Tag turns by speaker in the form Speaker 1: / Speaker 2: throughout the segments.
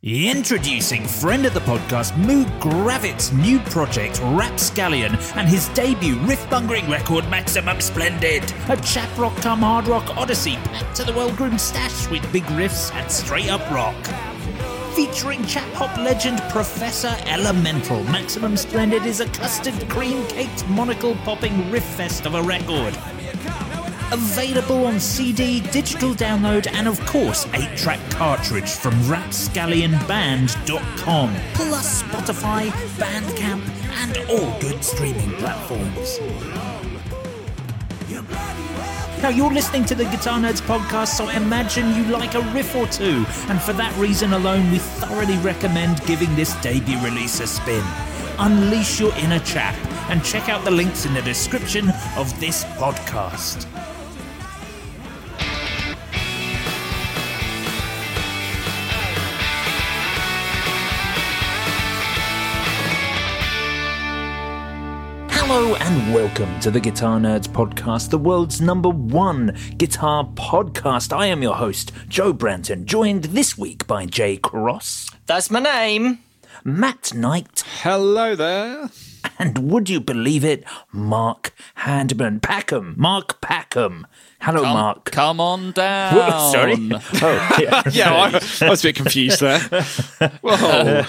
Speaker 1: Introducing friend of the podcast Moo Gravitt's new project Rapscallion and his debut riff-bungering record Maximum Splendid. A chap rock come hard rock odyssey packed to the well-groomed stash with big riffs and straight up rock. Featuring chap hop legend Professor Elemental, Maximum Splendid is a custard cream caked monocle popping riff fest of a record. Available on CD, digital download, and of course, 8 track cartridge from rapscallionband.com, plus Spotify, Bandcamp, and all good streaming platforms. Now, you're listening to the Guitar Nerds podcast, so imagine you like a riff or two, and for that reason alone, we thoroughly recommend giving this debut release a spin. Unleash your inner chap and check out the links in the description of this podcast. Hello and welcome to the Guitar Nerds Podcast, the world's number one guitar podcast. I am your host, Joe Branton, joined this week by Jay Cross,
Speaker 2: That's my name.
Speaker 1: Matt Knight,
Speaker 3: Hello there.
Speaker 1: and would you believe it, Mark Handman. Packham, Mark Packham. Hello,
Speaker 2: Come,
Speaker 1: Oh, Mark.
Speaker 2: come on down.
Speaker 1: Whoa, sorry. Oh, yeah.
Speaker 3: Yeah, I, I was a bit confused there. Whoa.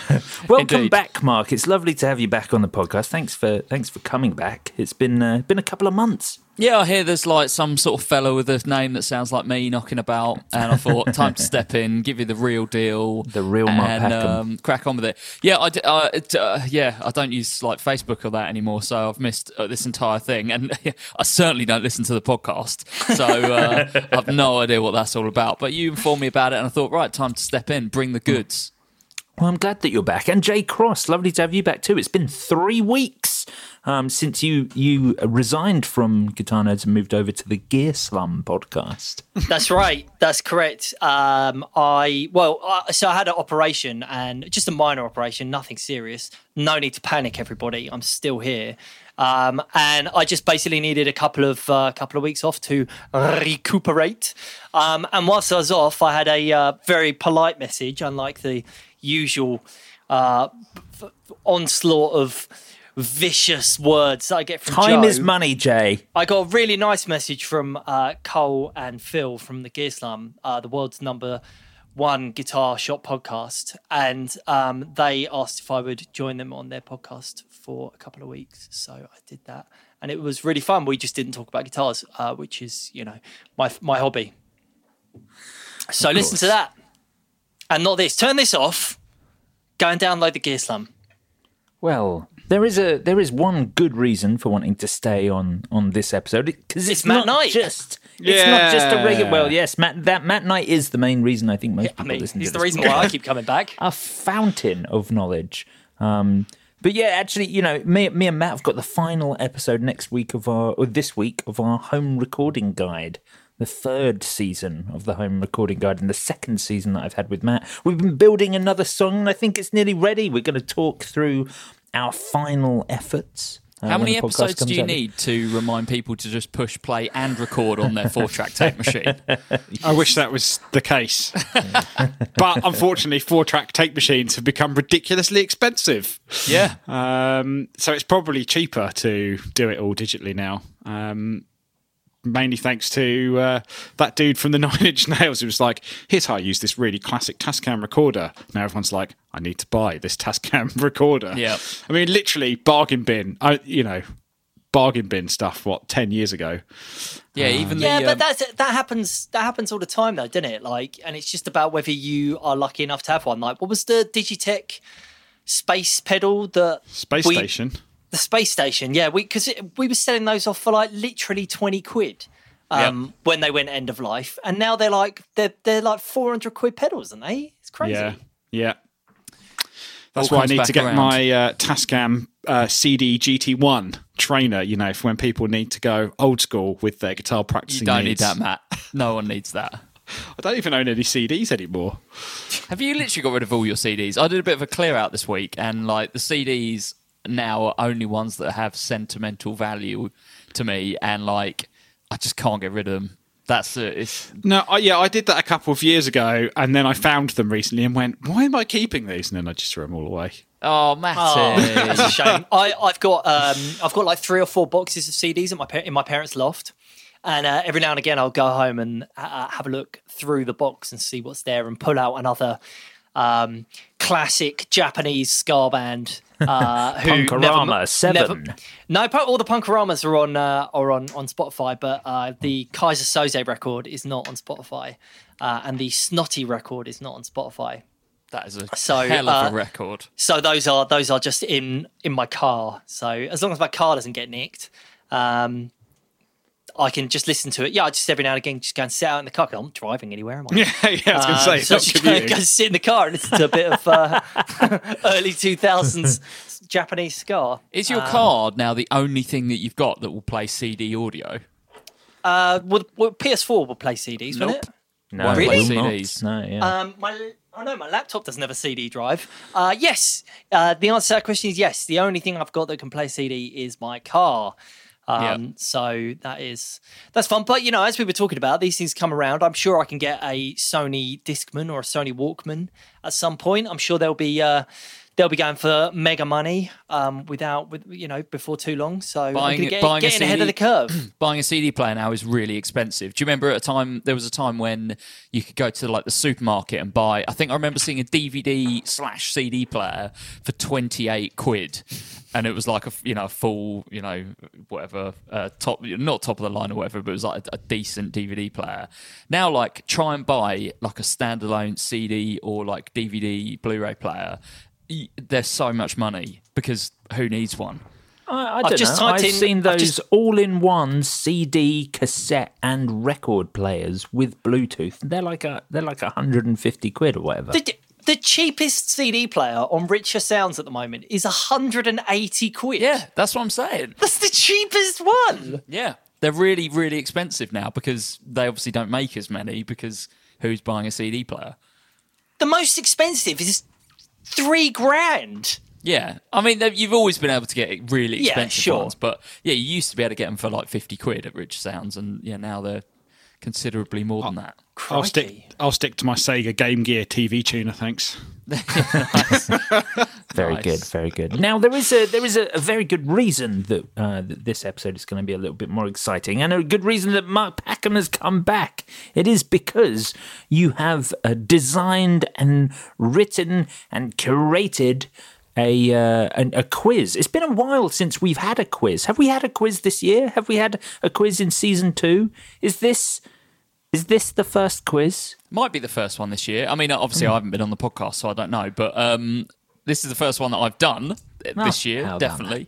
Speaker 1: Welcome
Speaker 2: Indeed.
Speaker 1: back, Mark. It's lovely to have you back on the podcast. Thanks for thanks for coming back. It's been uh, been a couple of months.
Speaker 2: Yeah, I hear there's like some sort of fellow with a name that sounds like me knocking about, and I thought time to step in, give you the real deal,
Speaker 1: The real Mark
Speaker 2: and um,
Speaker 1: Packham.
Speaker 2: crack on with it. Yeah, I, d- I- it, uh, yeah, I don't use like Facebook or that anymore, so I've missed uh, this entire thing, and I certainly don't listen to the podcast, so uh, I've no idea what that's all about. But you informed me about it, and I thought, right, time to step in, bring the goods.
Speaker 1: Well, I'm glad that you're back. And Jay Cross, lovely to have you back too. It's been three weeks um, since you you resigned from Guitar Nerds and moved over to the Gear Slum podcast.
Speaker 4: That's right. That's correct. Um, I well, I, so I had an operation and just a minor operation, nothing serious. No need to panic, everybody. I'm still here, um, and I just basically needed a couple of uh, couple of weeks off to recuperate. Um, and whilst I was off, I had a uh, very polite message, unlike the usual uh, f- onslaught of vicious words that I get from
Speaker 1: Time
Speaker 4: Joe.
Speaker 1: is money, Jay.
Speaker 4: I got a really nice message from uh, Cole and Phil from the Gear Slum, uh, the world's number one guitar shop podcast, and um, they asked if I would join them on their podcast for a couple of weeks. So I did that, and it was really fun. We just didn't talk about guitars, uh, which is you know my my hobby. So listen to that, and not this. Turn this off. Go and download the Gear Slum.
Speaker 1: Well, there is a there is one good reason for wanting to stay on on this episode because it's,
Speaker 4: It's Matt
Speaker 1: not
Speaker 4: Knight.
Speaker 1: just it's not just a regular.
Speaker 3: Yeah.
Speaker 1: Well, yes, Matt that Matt Knight is the main reason I think most
Speaker 4: I
Speaker 1: people
Speaker 4: mean,
Speaker 1: listen
Speaker 4: he's
Speaker 1: to
Speaker 4: the
Speaker 1: this
Speaker 4: reason why I keep coming back.
Speaker 1: a fountain of knowledge. Um, but yeah, actually, you know, me, me and Matt have got the final episode next week of our, or this week of our home recording guide, the third season of the home recording guide, and the second season that I've had with Matt. We've been building another song, and I think it's nearly ready. We're going to talk through our final efforts. uh,
Speaker 2: How
Speaker 1: when
Speaker 2: many
Speaker 1: the podcast
Speaker 2: episodes
Speaker 1: comes
Speaker 2: do you
Speaker 1: out.
Speaker 2: need to remind people to just push play and record on their four track tape machine?
Speaker 3: I wish that was the case. but unfortunately, four track tape machines have become ridiculously expensive.
Speaker 2: Yeah.
Speaker 3: Um, so it's probably cheaper to do it all digitally now. Um, mainly thanks to uh, that dude from the Nine Inch Nails who was like, here's how I use this really classic Tascam recorder. Now everyone's like, I need to buy this Tascam recorder.
Speaker 2: Yeah.
Speaker 3: I mean, literally, bargain bin. I, you know, bargain bin stuff, what, 10 years ago?
Speaker 2: Yeah, even
Speaker 4: Yeah,
Speaker 2: the
Speaker 4: but
Speaker 2: um,
Speaker 4: that's that happens that happens all the time though, doesn't it? Like, and it's just about whether you are lucky enough to have one. Like, what was the Digitech space pedal that
Speaker 3: Space
Speaker 4: we-
Speaker 3: station.
Speaker 4: The space station, yeah, we because we were selling those off for like literally twenty quid um, when they went end of life, and now they're like they're they're like four hundred quid pedals, aren't they? It's crazy.
Speaker 3: Yeah. Yeah. That's
Speaker 2: All
Speaker 3: why Oh, I
Speaker 2: comes
Speaker 3: need to
Speaker 2: back
Speaker 3: get
Speaker 2: around.
Speaker 3: my uh, Tascam uh, CD GT1 trainer, you know, for when people need to go old school with their guitar practicing.
Speaker 2: you don't need
Speaker 3: needs.
Speaker 2: that, Matt. No one needs that.
Speaker 3: I don't even own any CDs anymore.
Speaker 2: Have you literally got rid of all your CDs? I did a bit of a clear out this week, and like the CDs now are only ones that have sentimental value to me, and like I just can't get rid of them. That's it. It's,
Speaker 3: No, I, yeah, I did that a couple of years ago, and then I found them recently and went, "Why am I keeping these?" And then I just threw them all away.
Speaker 2: oh,
Speaker 4: Oh,
Speaker 2: Matty.
Speaker 4: that's a shame. I, I've got um, I've got like three or four boxes of CDs at my par- in my parents' loft, and uh, every now and again I'll go home and uh, have a look through the box and see what's there and pull out another um, classic Japanese ska band. Uh, who never-
Speaker 1: Punkorama Seven.
Speaker 4: never- no, pro- all the Punkoramas are on uh, are on on Spotify, but uh, the Kaiser Soze record is not on Spotify, uh, and the Snotty record is not on Spotify.
Speaker 2: That is a
Speaker 4: So,
Speaker 2: hell of
Speaker 4: uh,
Speaker 2: a record.
Speaker 4: So those are those are just in in my car. So as long as my car doesn't get nicked, um, I can just listen to it. Yeah, I just every now and again just go and sit out in the car. 'cause I'm not driving anywhere, am I?
Speaker 3: yeah, yeah, I was
Speaker 2: Ah,
Speaker 4: Um,
Speaker 3: going to say,
Speaker 4: so
Speaker 3: it's
Speaker 4: just
Speaker 3: not
Speaker 4: go,
Speaker 3: commuting.
Speaker 4: go and sit in the car and listen to a bit of uh, early two thousands Japanese ska.
Speaker 2: Is your card now the only thing that you've got that will play CD audio?
Speaker 4: Uh, would, would PS4 will play CDs, wouldn't
Speaker 2: Nope.
Speaker 4: it?
Speaker 1: No,
Speaker 2: Really?
Speaker 1: it will not.
Speaker 2: CDs.
Speaker 1: No, yeah.
Speaker 4: Um, my, oh no, my laptop doesn't have a CD drive. Uh, yes, uh, the answer to that question is yes. The only thing I've got that can play CD is my car. Um,
Speaker 2: Yeah.
Speaker 4: So that is that's fun. But you know, as we were talking about, these things come around. I'm sure I can get a Sony Discman or a Sony Walkman at some point. I'm sure they'll be uh, they'll be going for mega money um, without with you know before too long. So I'm
Speaker 2: Buying-
Speaker 4: gonna get,
Speaker 2: buying a
Speaker 4: getting ahead of
Speaker 2: CD
Speaker 4: the curve.
Speaker 2: buying a CD player now is really expensive. Do you remember at a time there was a time when you could go to like the supermarket and buy? I think I remember seeing a DVD slash CD player for twenty eight quid, and it was like a you know a full you know whatever uh, top not top of the line or whatever, but it was like a, a decent DVD player. Now like try and buy like a standalone CD or like DVD Blu Ray player. Y- There's so much money because who needs one?
Speaker 1: I, I don't
Speaker 4: just
Speaker 1: know.
Speaker 4: typed
Speaker 1: I've
Speaker 4: in-
Speaker 1: seen
Speaker 4: I've
Speaker 1: those
Speaker 4: just-
Speaker 1: all-in-one CD, cassette, and record players with Bluetooth. They're like a they're like 150 quid or whatever.
Speaker 4: The, the cheapest CD player on Richer Sounds at the moment is 180 quid.
Speaker 2: Yeah, that's what I'm saying.
Speaker 4: That's the cheapest one.
Speaker 2: Yeah, they're really, really expensive now because they obviously don't make as many because who's buying a CD player?
Speaker 4: The most expensive is three grand.
Speaker 2: Yeah, I mean they've- you've always been able to get really
Speaker 4: Yeah,
Speaker 2: expensive
Speaker 4: sure.
Speaker 2: ones, but yeah, you used to be able to get them for like fifty quid at Rich Sounds, and yeah, now they're considerably more
Speaker 4: Oh,
Speaker 2: than that.
Speaker 3: I'll stick. I'll stick to my Sega Game Gear TV tuner. Thanks.
Speaker 1: Very
Speaker 2: Nice.
Speaker 1: good, very good. Now there is a there is a, a very good reason that, uh, that this episode is going to be a little bit more exciting, and a good reason that Mark Packham has come back. It is because you have uh, designed and written and curated a uh, an, a quiz. It's been a while since we've had a quiz. Have we had a quiz this year? Have we had a quiz in season two? Is this is this the first quiz?
Speaker 2: Might be the first one this year. I mean, obviously
Speaker 4: Hmm.
Speaker 2: I haven't been on the podcast, so I don't know, but um, this is the first one that I've done uh, this
Speaker 4: Ah,
Speaker 2: year,
Speaker 1: how about
Speaker 2: definitely.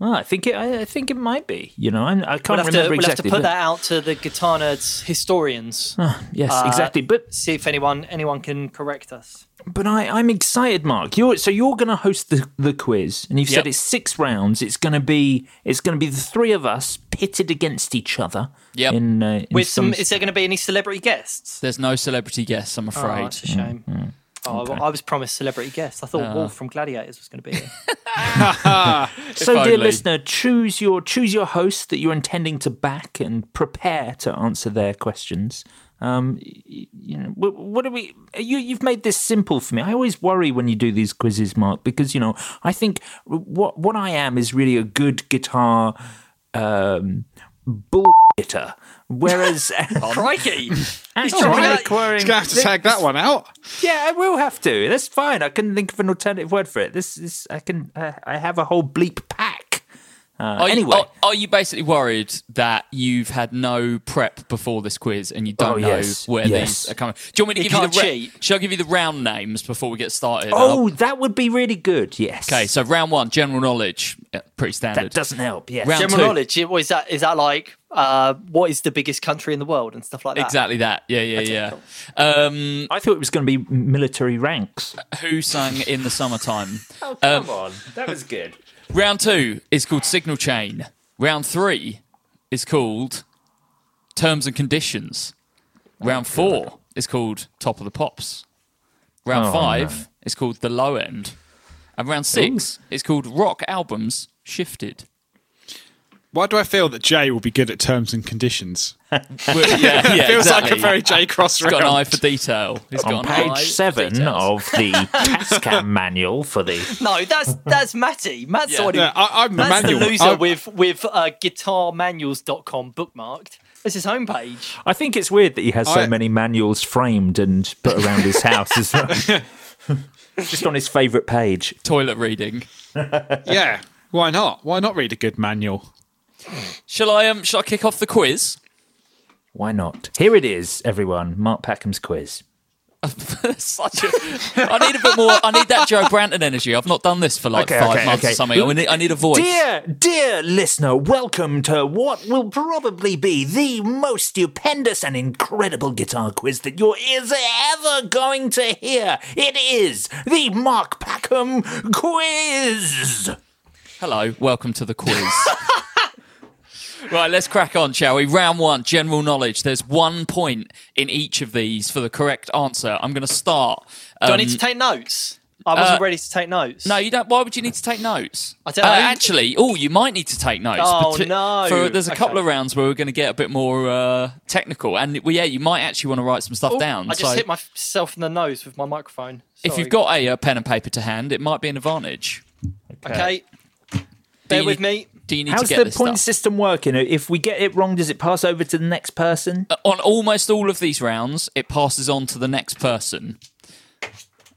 Speaker 1: Oh, I think it. I, I think it might be. You know, I, I can't
Speaker 4: We'll have, to,
Speaker 1: remember
Speaker 4: we'll have to
Speaker 1: exactly.
Speaker 4: put
Speaker 1: but-
Speaker 4: that out to the guitar nerds historians.
Speaker 1: Yes, exactly. But
Speaker 4: See if anyone anyone can correct us.
Speaker 1: but I, I'm excited, Mark. You're so you're going to host the, the quiz, and you've
Speaker 2: Yep.
Speaker 1: said it's six rounds. It's going to be it's going to be the three of us pitted against each other.
Speaker 2: Yep.
Speaker 1: In, uh, in
Speaker 4: With some, is there going to be any celebrity guests?
Speaker 2: There's no celebrity guests, I'm
Speaker 4: Oh,
Speaker 2: afraid.
Speaker 4: it's a shame.
Speaker 1: Mm,
Speaker 4: Oh, I was promised celebrity guests. I thought
Speaker 1: Uh.
Speaker 4: Wolf from Gladiators was going to be here.
Speaker 1: so, dear
Speaker 2: only.
Speaker 1: listener, choose your choose your host that you're intending to back and prepare to answer their questions. Um, y- y- you know, wh- what are we? You you've made this simple for me. I always worry when you do these quizzes, Mark, because you know I think what what I am is really a good guitar um, bullshitter. Whereas,
Speaker 4: Crikey!
Speaker 1: He's
Speaker 3: Oh, Right. He's gonna have to tag that one out.
Speaker 1: Yeah, I will have to. That's fine. I couldn't think of an alternative word for it. This is I can uh, I have a whole bleep pack. Uh,
Speaker 2: Are you-
Speaker 1: anyway,
Speaker 2: are, are you basically worried that you've had no prep before this quiz and you don't
Speaker 1: Oh,
Speaker 2: know
Speaker 1: yes.
Speaker 2: where
Speaker 1: Yes.
Speaker 2: these are coming? Do you want me to
Speaker 4: You
Speaker 2: give you
Speaker 4: can't
Speaker 2: the
Speaker 4: cheat.
Speaker 2: Shall I give you the round names before we get started?
Speaker 1: oh, that would be really good. Yes.
Speaker 2: okay. So round one, general knowledge, Yeah, pretty standard.
Speaker 1: that doesn't help. Yes.
Speaker 2: Round-
Speaker 4: General
Speaker 2: two.
Speaker 4: knowledge. What is that? Is that like uh, what is the biggest country in the world and stuff like that?
Speaker 2: exactly that. Yeah, yeah, yeah. Um,
Speaker 1: I thought it was going to be military ranks.
Speaker 2: who sang in the summertime?
Speaker 1: Oh, Uh, come on, that was good.
Speaker 2: round two is called signal chain. Round three is called terms and conditions. Round four is called top of the pops. Round
Speaker 1: Oh,
Speaker 2: five is called the low end. And round six is called rock albums shifted.
Speaker 3: Why do I feel that Jay will be good at terms and conditions?
Speaker 2: Well, yeah, yeah,
Speaker 3: Feels like
Speaker 2: exactly.
Speaker 3: a very Jay Cross
Speaker 2: He's got an eye
Speaker 3: round.
Speaker 2: for detail. He's got
Speaker 1: On
Speaker 2: an
Speaker 1: page
Speaker 2: eye for
Speaker 1: seven
Speaker 2: details.
Speaker 1: of the Tascam manual for the
Speaker 4: No, that's that's Matty. Matt's the one who-
Speaker 3: Yeah, I, I'm
Speaker 4: That's
Speaker 3: Emmanuel.
Speaker 4: the loser
Speaker 3: I'm-
Speaker 4: with with uh, guitarmanuals.com bookmarked. That's his homepage.
Speaker 1: I think it's weird that he has so
Speaker 3: I-
Speaker 1: many manuals framed and put around his house as well. Just on his favourite page.
Speaker 2: toilet reading.
Speaker 3: yeah. Why not? Why not read a good manual?
Speaker 2: Shall I um shall I kick off the quiz?
Speaker 1: Why not? Here it is, everyone. Mark Packham's quiz.
Speaker 2: Such a, I need a bit more. I need that Joe Branton energy. I've not done this for like
Speaker 1: Okay,
Speaker 2: five
Speaker 1: okay,
Speaker 2: months
Speaker 1: okay.
Speaker 2: or something. I need, I need a voice.
Speaker 1: Dear, dear listener, welcome to what will probably be the most stupendous and incredible guitar quiz that your ears are ever going to hear. It is the Mark Packham quiz.
Speaker 2: Hello, welcome to the quiz. right, let's crack on, shall we? Round one, general knowledge. There's one point in each of these for the correct answer. I'm going to start.
Speaker 4: Do I
Speaker 2: um,
Speaker 4: need to take notes? I wasn't
Speaker 2: uh,
Speaker 4: ready to take notes.
Speaker 2: no, you don't. Why would you need to take notes?
Speaker 4: I don't know.
Speaker 2: actually, oh, you might need to take notes.
Speaker 4: Oh,
Speaker 2: parti-
Speaker 4: no.
Speaker 2: For, there's a couple
Speaker 4: Okay.
Speaker 2: of rounds where we're going to get a bit more uh, technical, and well, yeah, you might actually want to write some stuff
Speaker 4: Oh,
Speaker 2: down.
Speaker 4: I just
Speaker 2: so-
Speaker 4: hit myself in the nose with my microphone.
Speaker 2: if
Speaker 4: Sorry.
Speaker 2: you've got a, uh pen and paper to hand, it might be an advantage.
Speaker 4: okay, bear
Speaker 2: you
Speaker 4: with
Speaker 2: need-
Speaker 4: me.
Speaker 2: Do you need
Speaker 1: How's
Speaker 2: to get
Speaker 1: the
Speaker 2: this
Speaker 1: point
Speaker 2: stuff?
Speaker 1: system working? If we get it wrong, does it pass over to the next person?
Speaker 2: Uh, On almost all of these rounds, it passes on to the next person,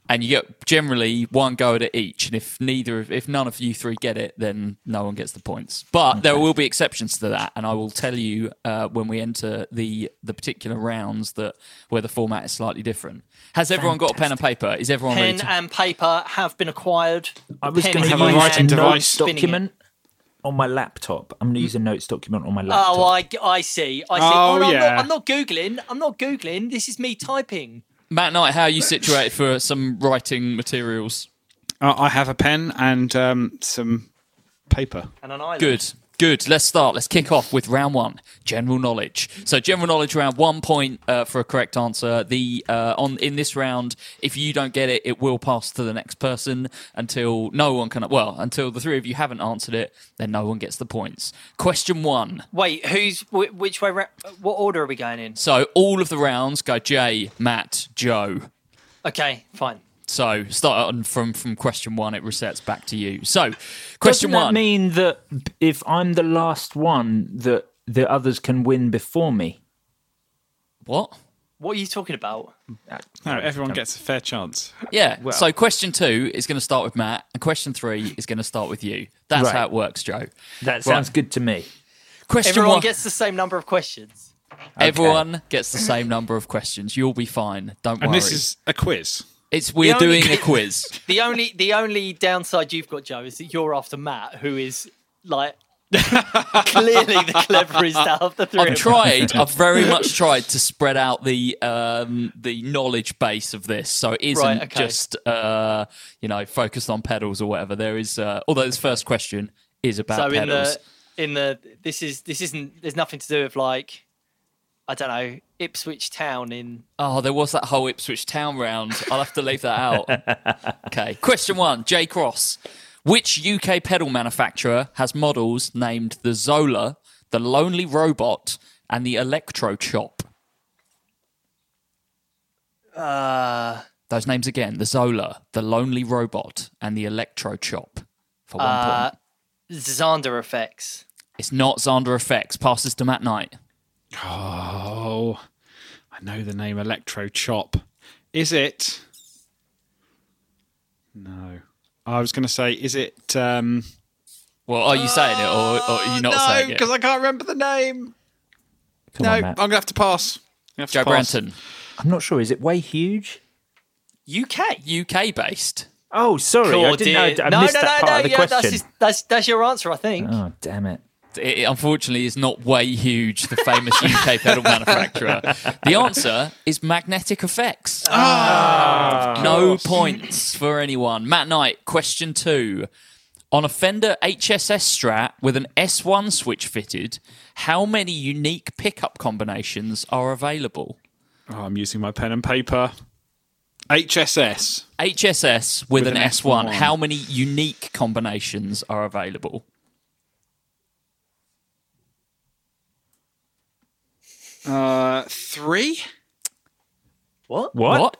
Speaker 2: and you get generally one go at it each. And if neither, of, if none of you three get it, then no one gets the points. But there will be exceptions to that, and I will tell you uh, when we enter the the particular rounds that where the format is slightly different. Has everyone got a pen and paper? Is everyone ready?
Speaker 4: Pen
Speaker 2: To-
Speaker 4: and paper have been acquired.
Speaker 1: I was
Speaker 4: Pen
Speaker 1: going to
Speaker 4: in
Speaker 1: have a
Speaker 4: my hand,
Speaker 3: writing device.
Speaker 1: notes
Speaker 4: spinning it.
Speaker 1: document on my laptop. I'm going to use a notes document on my laptop.
Speaker 4: Oh, I, I see. I see.
Speaker 3: Oh,
Speaker 4: no,
Speaker 3: yeah.
Speaker 4: I'm, not, I'm not googling. I'm not googling. This is me typing.
Speaker 2: Matt Knight, how are you situated for some writing materials?
Speaker 3: Uh, I have a pen and um, some paper.
Speaker 4: And an island.
Speaker 2: Good. Good. Let's start. Let's kick off with round one, general knowledge. So, general knowledge round, one point uh, for a correct answer. The uh, on in this round, if you don't get it, it will pass to the next person until no one can. Well, until the three of you haven't answered it, then no one gets the points. Question one.
Speaker 4: Wait, who's wh- which way? Ra- what order are we going in?
Speaker 2: So, all of the rounds go Jay, Matt, Joe.
Speaker 4: Okay, fine.
Speaker 2: So, start on from from question one. It resets back to you. So,
Speaker 1: Doesn't
Speaker 2: question
Speaker 1: that
Speaker 2: one.
Speaker 1: mean that if I'm the last one, that the others can win before me?
Speaker 2: what?
Speaker 4: What are you talking about?
Speaker 3: No, everyone gets a fair chance.
Speaker 2: Yeah. so question two is going to start with Matt, and question three is going to start with you. That's
Speaker 1: Right.
Speaker 2: how it works, Joe.
Speaker 1: That sounds good to me.
Speaker 2: Question
Speaker 4: Everyone
Speaker 2: one.
Speaker 4: gets the same number of questions.
Speaker 2: Everyone gets the same number of questions. You'll be fine. Don't
Speaker 3: And
Speaker 2: worry.
Speaker 3: this is a quiz.
Speaker 2: it's we're
Speaker 4: The only-
Speaker 2: doing a quiz.
Speaker 4: The only the only downside you've got, Joe, is that you're after Matt, who is like clearly the cleverest out of the 3
Speaker 2: I've
Speaker 4: of us.
Speaker 2: tried. I've very much tried to spread out the um, the knowledge base of this, so it isn't
Speaker 4: Right, okay.
Speaker 2: just uh, you know focused on pedals or whatever. There is, uh, although this first question is about
Speaker 4: So in
Speaker 2: pedals.
Speaker 4: the in the this is this isn't there's nothing to do with like I don't know Ipswich Town in
Speaker 2: Oh, there was that whole Ipswich Town round. I'll have to leave that out. okay. Question one, J Cross. Which UK pedal manufacturer has models named the Zola, the Lonely Robot, and the Electro Chop?
Speaker 4: uh
Speaker 2: Those names again the Zola, the Lonely Robot, and the Electro Chop for one
Speaker 4: Uh,
Speaker 2: point.
Speaker 4: Zander effects.
Speaker 2: It's not Xander Effects. Pass this to Matt Knight.
Speaker 3: Oh, I know the name Electro Chop. Is it? No. I was going to say, is it? Um,
Speaker 2: Well, are you saying it or, or are you not
Speaker 3: Uh, no,
Speaker 2: saying it?
Speaker 3: because I can't remember the name.
Speaker 1: Come
Speaker 3: no,
Speaker 1: on,
Speaker 3: I'm
Speaker 1: Matt.
Speaker 3: going to have to pass. I'm gonna have to
Speaker 2: Joe
Speaker 3: pass.
Speaker 2: Branton,
Speaker 1: I'm not sure. Is it way huge?
Speaker 4: UK.
Speaker 2: UK based.
Speaker 1: Oh, sorry. I
Speaker 4: Claude
Speaker 1: didn't.
Speaker 4: did.
Speaker 1: I, I missed that part of the
Speaker 4: yeah,
Speaker 1: question.
Speaker 4: That's, his, that's that's your answer, I think.
Speaker 1: Oh, damn it.
Speaker 2: It it unfortunately is not way huge, the famous UK pedal manufacturer. The answer is magnetic effects. Ah. no points for anyone. Matt Knight, question two. On a Fender HSS Strat with an S1 switch fitted, how many unique pickup combinations are available?
Speaker 3: Oh, I'm using my pen and paper. HSS.
Speaker 2: HSS with,
Speaker 3: With
Speaker 2: an,
Speaker 3: an
Speaker 2: S1,
Speaker 3: S1.
Speaker 2: how many unique combinations are available?
Speaker 3: Uh, three.
Speaker 1: What? Oh.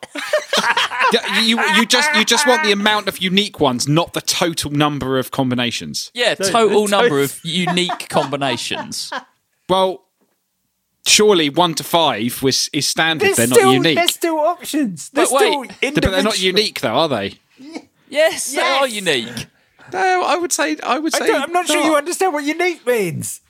Speaker 3: Yeah, you, you just you just want the amount of unique ones, not the total number of combinations.
Speaker 2: Yeah, total number of unique combinations.
Speaker 3: Well, surely one to five was is standard.
Speaker 1: There's
Speaker 3: they're not
Speaker 1: still,
Speaker 3: unique.
Speaker 1: There's still options. There's
Speaker 2: wait.
Speaker 1: still
Speaker 2: But
Speaker 3: But they're not
Speaker 1: individual-
Speaker 3: unique though, are they?
Speaker 2: Yes, they are unique.
Speaker 3: No, I would say I would say.
Speaker 1: I don't, I'm not sure you understand what unique means.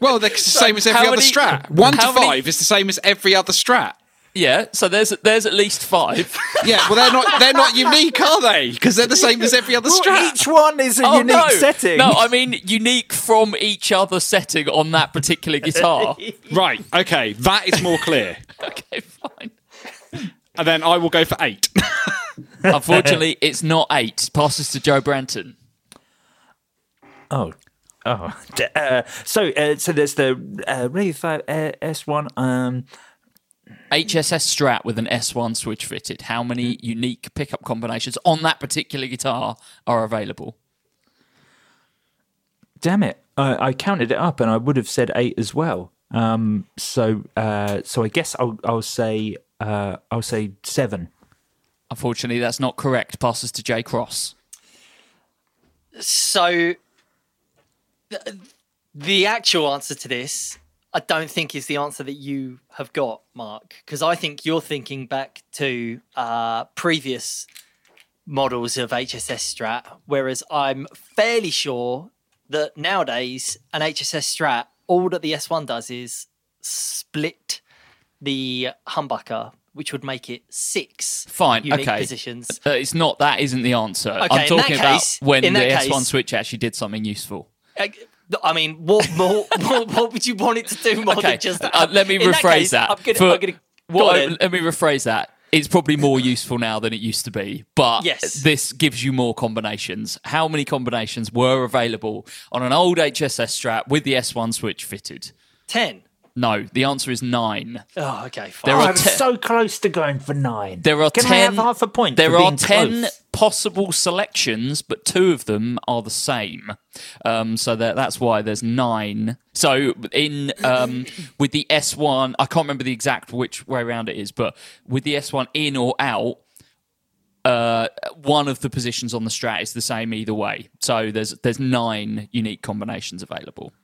Speaker 3: Well, they're the same as every
Speaker 2: how
Speaker 3: other
Speaker 2: many-
Speaker 3: strat. One to
Speaker 2: how
Speaker 3: five
Speaker 2: many-
Speaker 3: is the same as every other strat.
Speaker 2: Yeah, so there's there's at least five.
Speaker 3: Yeah, well, they're not they're not unique, are they? Because they're the same as every other
Speaker 1: Well,
Speaker 3: strat.
Speaker 1: each one is a unique
Speaker 2: Oh, no.
Speaker 1: setting.
Speaker 2: No, I mean unique from each other setting on that particular guitar.
Speaker 3: Right. Okay, that is more clear.
Speaker 2: okay, fine.
Speaker 3: and then I will go for eight.
Speaker 2: Unfortunately, it's not eight. Passes to Joe Branton.
Speaker 1: Oh. Oh, D- uh, so uh, so there's the uh, Radio Five uh, S1. Um,
Speaker 2: HSS Strat with an S1 switch fitted. How many unique pickup combinations on that particular guitar are available?
Speaker 1: damn it, I, I counted it up and I would have said eight as well. Um, so uh, so I guess I'll I'll say uh, I'll say seven.
Speaker 2: Unfortunately, that's not correct. Passes to Jay Cross.
Speaker 4: So th- the actual answer to this, I don't think is the answer that you have got, Mark, because I think you're thinking back to uh, previous models of HSS Strat, whereas I'm fairly sure that nowadays an HSS Strat, all that the S1 does is split the humbucker, which would make it six
Speaker 2: Fine,
Speaker 4: unique
Speaker 2: okay.
Speaker 4: positions.
Speaker 2: Uh, it's not that. Isn't the answer? I'm
Speaker 4: in that
Speaker 2: talking about
Speaker 4: case-
Speaker 2: when the
Speaker 4: in that
Speaker 2: S1
Speaker 4: case-
Speaker 2: switch actually did something useful.
Speaker 4: I I mean, what more? what, what would you want it to do more
Speaker 2: Okay,
Speaker 4: than just?
Speaker 2: uh, let me
Speaker 4: In
Speaker 2: rephrase
Speaker 4: case,
Speaker 2: that.
Speaker 4: I'm gonna,
Speaker 2: For-
Speaker 4: I'm gonna,
Speaker 2: Well,
Speaker 4: go on
Speaker 2: I-
Speaker 4: then.
Speaker 2: let me rephrase that. It's probably more useful now than it used to be, but
Speaker 4: Yes.
Speaker 2: this gives you more combinations. How many combinations were available on an old HSS strap with the S1 switch fitted?
Speaker 4: ten.
Speaker 2: No, the answer is nine.
Speaker 4: Oh, okay. Fine.
Speaker 2: There
Speaker 1: Oh,
Speaker 2: are
Speaker 1: I'm
Speaker 2: te-
Speaker 1: so close to going for nine.
Speaker 2: There are
Speaker 1: Can
Speaker 2: ten.
Speaker 1: I have half a point?
Speaker 2: There
Speaker 1: for
Speaker 2: are
Speaker 1: being
Speaker 2: ten
Speaker 1: close?
Speaker 2: possible selections, but two of them are the same. Um, so that that's why there's nine. So in um, with the S one, I can't remember the exact which way around it is, but with the S one in or out, uh, one of the positions on the strat is the same either way. So there's there's nine unique combinations available.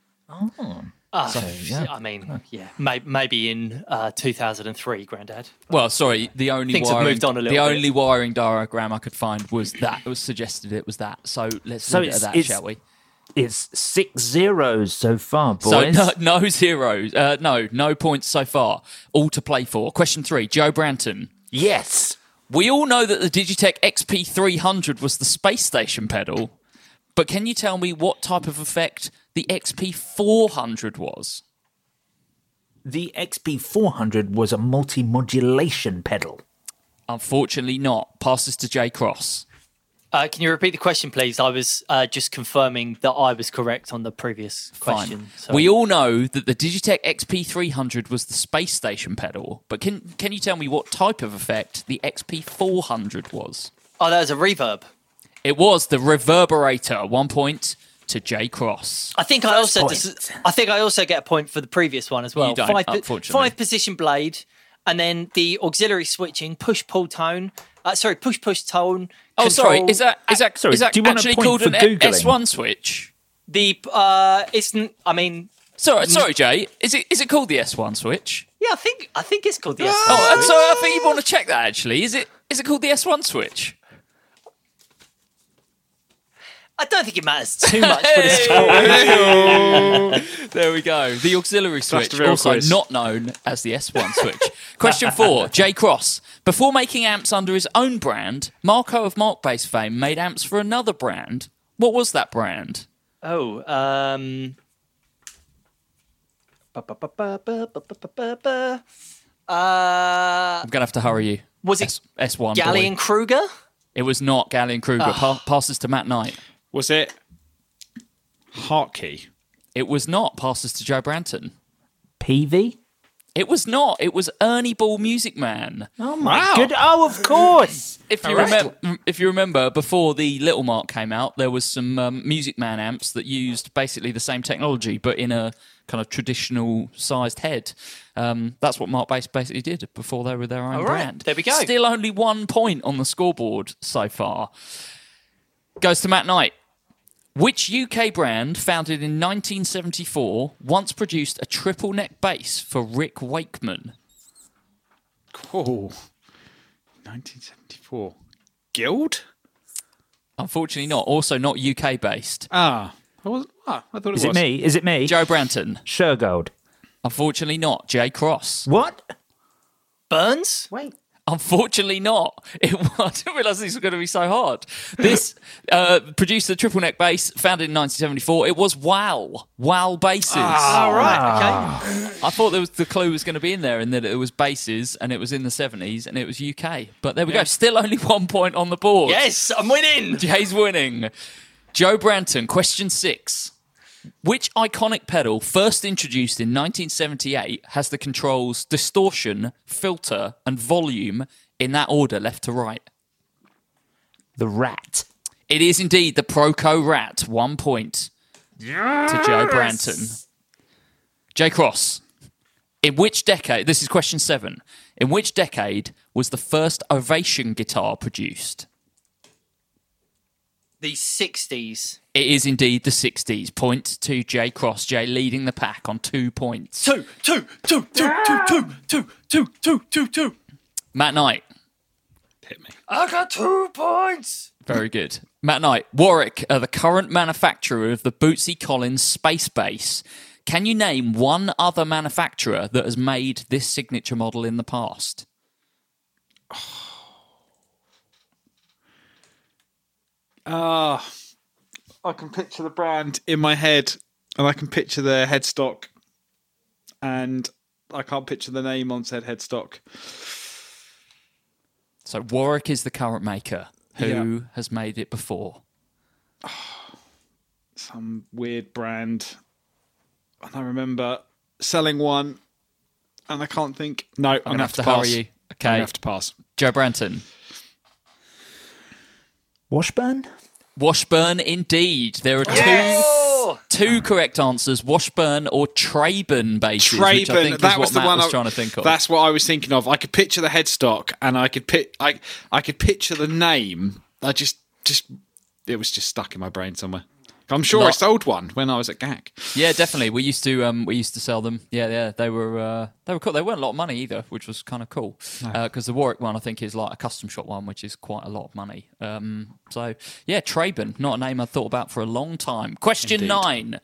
Speaker 4: Ah, I mean, yeah, may, maybe in uh, 2003, Grandad.
Speaker 2: Well, sorry, the only
Speaker 4: Things have
Speaker 2: wiring,
Speaker 4: moved on a little
Speaker 2: the
Speaker 4: bit.
Speaker 2: only wiring diagram I could find was that. It was suggested it was that. So let's
Speaker 1: So
Speaker 2: leave it at
Speaker 1: it's-
Speaker 2: that,
Speaker 1: it's-
Speaker 2: shall we?
Speaker 1: It's six zeros so far,
Speaker 2: So
Speaker 1: boys.
Speaker 2: no, no zeros, uh, no no points so far. All to play for. Question three, Joe Branton.
Speaker 1: Yes.
Speaker 2: We all know that the Digitech XP300 was the space station pedal, but can you tell me what type of effect the XP400 was?
Speaker 1: The XP400 was a multi modulation pedal.
Speaker 2: Unfortunately, not. Passes to Jay Cross.
Speaker 4: Uh, can you repeat the question, please? I was uh, just confirming that I was correct on the previous question.
Speaker 2: Fine.
Speaker 4: so-
Speaker 2: We all know that the Digitech XP300 was the space station pedal, but can can you tell me what type of effect the XP400 was?
Speaker 4: oh, that was a reverb.
Speaker 2: It was the reverberator. One point to Jay Cross.
Speaker 4: I think I also
Speaker 1: point.
Speaker 4: dis- I think I also get a point for the previous one as well.
Speaker 2: You don't, unfortunately.
Speaker 4: five position blade, and then the auxiliary switching push pull tone. Uh, sorry, push push tone.
Speaker 2: Oh, sorry.
Speaker 4: control-
Speaker 2: Is that is that
Speaker 1: Sorry,
Speaker 2: is that
Speaker 1: do you want a
Speaker 2: actually
Speaker 1: point
Speaker 2: called
Speaker 1: for
Speaker 2: an
Speaker 1: Googling?
Speaker 2: S1 switch?
Speaker 4: The uh, it's n- I mean
Speaker 2: Sorry,
Speaker 1: Mm.
Speaker 2: sorry, Jay. Is it is it called the S1 Switch?
Speaker 4: yeah I think I think it's called the. S1.
Speaker 2: Oh, and so I think you want to check that actually. Is it is it called the S1 Switch?
Speaker 4: I don't think it matters too much. But it's
Speaker 2: There we go. The auxiliary switch,
Speaker 3: the real
Speaker 2: also
Speaker 3: quiz.
Speaker 2: not known as the S1 switch. Question four, Jay Cross. Before making amps under his own brand, Marco of Markbase fame made amps for another brand. What was that brand?
Speaker 4: oh, um, ba, ba, ba, ba, ba, ba, ba, ba, ba, ba. Uh,
Speaker 2: I'm gonna have to hurry you.
Speaker 4: Was it
Speaker 2: S- S1?
Speaker 4: Galley and
Speaker 2: boy.
Speaker 4: Kruger.
Speaker 2: It was not Galleon Kruger.
Speaker 4: Ah.
Speaker 2: Pa- passes to Matt Knight.
Speaker 3: Was it Hartkey?
Speaker 2: It was not. Passes to Joe Branton.
Speaker 1: PV?
Speaker 2: It was not. It was Ernie Ball Music Man.
Speaker 1: Oh my good. Oh, of course.
Speaker 2: If you remember, if you remember, before the Little Mark came out, there was some um, Music Man amps that used basically the same technology, but in a kind of traditional sized head. Um, that's what Mark Bass basically did before they were their own
Speaker 4: All right,
Speaker 2: brand.
Speaker 4: there we go.
Speaker 2: Still only one point on the scoreboard so far. Goes to Matt Knight. Which UK brand, founded in 1974, once produced a triple neck bass for Rick Wakeman?
Speaker 3: Cool. 1974. Guild?
Speaker 2: Unfortunately, not. Also, not UK based.
Speaker 3: Ah. I, was, ah, I thought it
Speaker 1: Is it
Speaker 3: was.
Speaker 1: me? Is it me?
Speaker 2: Joe Branton.
Speaker 1: Shergold.
Speaker 2: Unfortunately not. Jay Cross.
Speaker 1: What?
Speaker 4: Burns.
Speaker 1: Wait.
Speaker 2: Unfortunately not. It was, I didn't realise these were going to be so hard. This uh, produced the triple neck bass, founded in 1974. It was Wow. Wow Basses.
Speaker 4: All right. Okay.
Speaker 2: I thought there was, the clue was going to be in there and that it was basses and it was in the 70s and it was UK. But there we go. Still only one point on the board.
Speaker 4: Yes, I'm winning.
Speaker 2: Jay's winning. Joe Branton, question six. Which iconic pedal, first introduced in 1978, has the controls distortion, filter, and volume in that order, left to right?
Speaker 1: The rat.
Speaker 2: It is indeed the Proco Rat. One point to Joe Branton. Jay Cross. In which decade? This is question seven. In which decade was the first Ovation guitar produced?
Speaker 4: The '60s.
Speaker 2: It is indeed the 60s. Point to Jay Cross. Jay leading the pack on two points.
Speaker 4: Two, two, two, two, two, two, two, two, two, two, two.
Speaker 2: Matt Knight.
Speaker 3: Hit me.
Speaker 4: I got two points.
Speaker 2: Very good. Matt Knight. Warwick are the current manufacturer of the Bootsy Collins Space Base. Can you name one other manufacturer that has made this signature model in the past?
Speaker 3: Ah. I can picture the brand in my head and I can picture their headstock and I can't picture the name on said headstock.
Speaker 2: So Warwick is the current maker. Who
Speaker 3: Yeah.
Speaker 2: has made it before?
Speaker 3: Some weird brand. And I remember selling one and I can't think. No, I'm going
Speaker 2: gonna
Speaker 3: to
Speaker 2: have
Speaker 3: have
Speaker 2: to
Speaker 3: to
Speaker 2: hurry
Speaker 3: pass.
Speaker 2: you.
Speaker 3: I'm
Speaker 2: Okay.
Speaker 3: gonna have to pass.
Speaker 2: Joe Branton.
Speaker 1: Washburn?
Speaker 2: Washburn, indeed. There are two two correct answers: Washburn or Traben bases, which I think
Speaker 3: Traben,
Speaker 2: is
Speaker 3: that
Speaker 2: what
Speaker 3: was the
Speaker 2: Matt
Speaker 3: one
Speaker 2: was
Speaker 3: I,
Speaker 2: trying to think of.
Speaker 3: That's what I was thinking of. I could picture the headstock, and I could pic, I, I could picture the name. I just, just, it was just stuck in my brain somewhere. I'm sure I
Speaker 2: Not-
Speaker 3: sold one when I was at GAC.
Speaker 2: Yeah, definitely. We used to um, we used to sell them. Yeah, yeah. They were uh, they were cool. They weren't a lot of money either, which was kind of cool. Because the Warwick one, I think, is like a custom shop one, which is quite a lot of money. Um, so yeah, Traben, not a name I thought about for a long time. Question nine.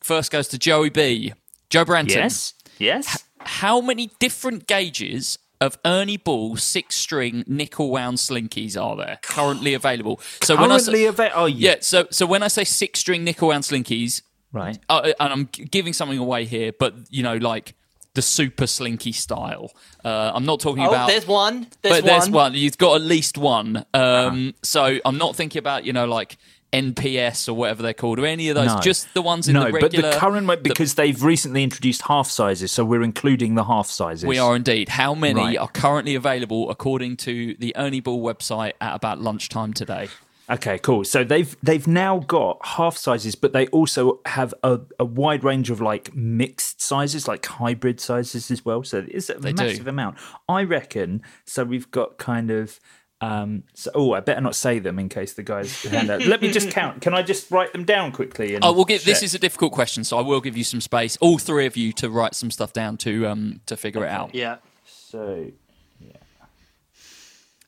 Speaker 2: First goes to Joey B. Joe Branton.
Speaker 1: Yes. Yes.
Speaker 2: How many different gauges of Ernie Ball six string nickel wound slinkies are there currently available? So
Speaker 1: Currently
Speaker 2: when I
Speaker 1: ava- oh, yeah.
Speaker 2: yeah, so so when I say six string nickel wound slinkies,
Speaker 1: Right.
Speaker 2: uh, and I'm g- giving something away here, but you know, like the super slinky style. Uh, I'm not talking
Speaker 4: Oh,
Speaker 2: about.
Speaker 4: there's one. There's
Speaker 2: but there's
Speaker 4: one.
Speaker 2: one. You've got at least one. Um, So I'm not thinking about you know like NPS or whatever they're called or any of those.
Speaker 1: No.
Speaker 2: Just the ones in
Speaker 1: no,
Speaker 2: the regular.
Speaker 1: but the current one, because they've recently introduced half sizes, so we're including the half sizes.
Speaker 2: we are indeed. How many
Speaker 1: Right.
Speaker 2: are currently available according to the Ernie Ball website at about lunchtime today?
Speaker 1: Okay, cool. So they've they've now got half sizes, but they also have a, a wide range of like mixed sizes, like hybrid sizes as well. So it's a
Speaker 2: do.
Speaker 1: massive amount. I reckon. So we've got kind of Um, so, oh, I better not say them in case the guys hand out. Let me just count. Can I just write them down quickly? And
Speaker 2: I will give. Oh, This
Speaker 1: check?
Speaker 2: is a difficult question, so I will give you some space, all three of you, to write some stuff down to um to figure it out.
Speaker 4: Yeah.
Speaker 1: so.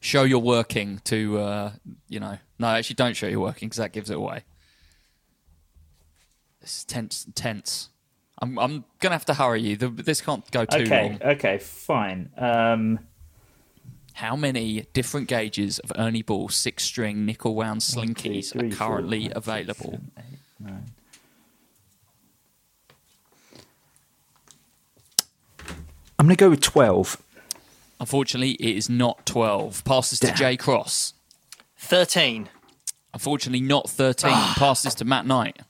Speaker 2: Show you're working to uh you know. No, actually, don't show you're working because that gives it away. This is tense, tense. I'm I'm gonna have to hurry you. The, this can't go too
Speaker 1: Okay,
Speaker 2: long.
Speaker 1: okay, fine. Um,
Speaker 2: How many different gauges of Ernie Ball six string nickel wound slinkies
Speaker 1: three,
Speaker 2: are
Speaker 1: four,
Speaker 2: currently
Speaker 1: five, six,
Speaker 2: available?
Speaker 1: seven, eight, nine. I'm going to go with 12.
Speaker 2: Unfortunately, it is not 12. Passes to Jay Cross.
Speaker 4: 13.
Speaker 2: Unfortunately, not 13. Passes to Matt Knight.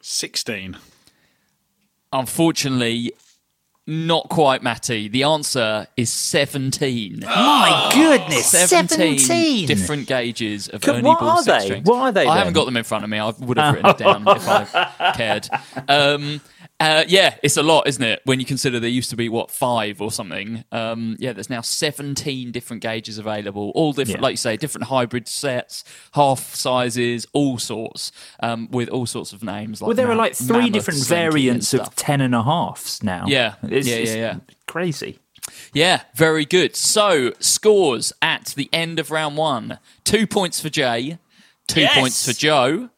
Speaker 3: 16.
Speaker 2: Unfortunately, not quite, Matty. The answer is 17.
Speaker 1: My goodness,
Speaker 2: 17,
Speaker 1: 17.
Speaker 2: different gauges of
Speaker 1: Good,
Speaker 2: Ernie
Speaker 1: what
Speaker 2: Ball
Speaker 1: are
Speaker 2: six
Speaker 1: they?
Speaker 2: strings.
Speaker 1: What are they
Speaker 2: I haven't
Speaker 1: then?
Speaker 2: got them in front of me. I would have written it down if I cared. Um, uh, yeah, it's a lot, isn't it? When you consider there used to be what five or something. Um, yeah, there's now 17 different gauges available, all different,
Speaker 1: Yeah.
Speaker 2: like you say, different hybrid sets, half sizes, all sorts, um, with all sorts of names. Like
Speaker 1: Well, there are
Speaker 2: ma-
Speaker 1: like three
Speaker 2: mammoth,
Speaker 1: different
Speaker 2: slinky, and
Speaker 1: variants of
Speaker 2: stuff.
Speaker 1: ten and a halfs now.
Speaker 2: Yeah.
Speaker 1: It's,
Speaker 2: Yeah,
Speaker 1: it's
Speaker 2: yeah, yeah.
Speaker 1: crazy.
Speaker 2: Yeah, very good. So scores at the end of round one: two points for Jay, two
Speaker 4: Yes!
Speaker 2: points for Joe,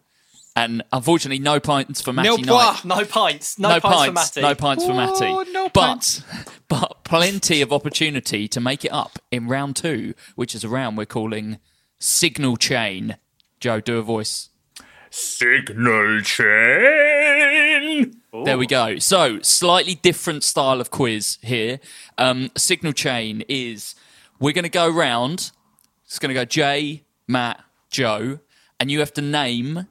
Speaker 2: and unfortunately, no points for Matty
Speaker 3: Nil
Speaker 2: Knight.
Speaker 3: pois.
Speaker 4: No pints. No,
Speaker 2: No,
Speaker 4: pints,
Speaker 2: pints,
Speaker 4: for Matty.
Speaker 2: no pints for Matty.
Speaker 3: Oh, no
Speaker 2: but,
Speaker 3: pints.
Speaker 2: but plenty of opportunity to make it up in round two, which is a round we're calling signal chain. Joe, do a voice.
Speaker 1: Signal chain.
Speaker 2: There we go. So, slightly different style of quiz here. Um, signal chain is we're going to go round. It's going to go Jay, Matt, Joe, and you have to name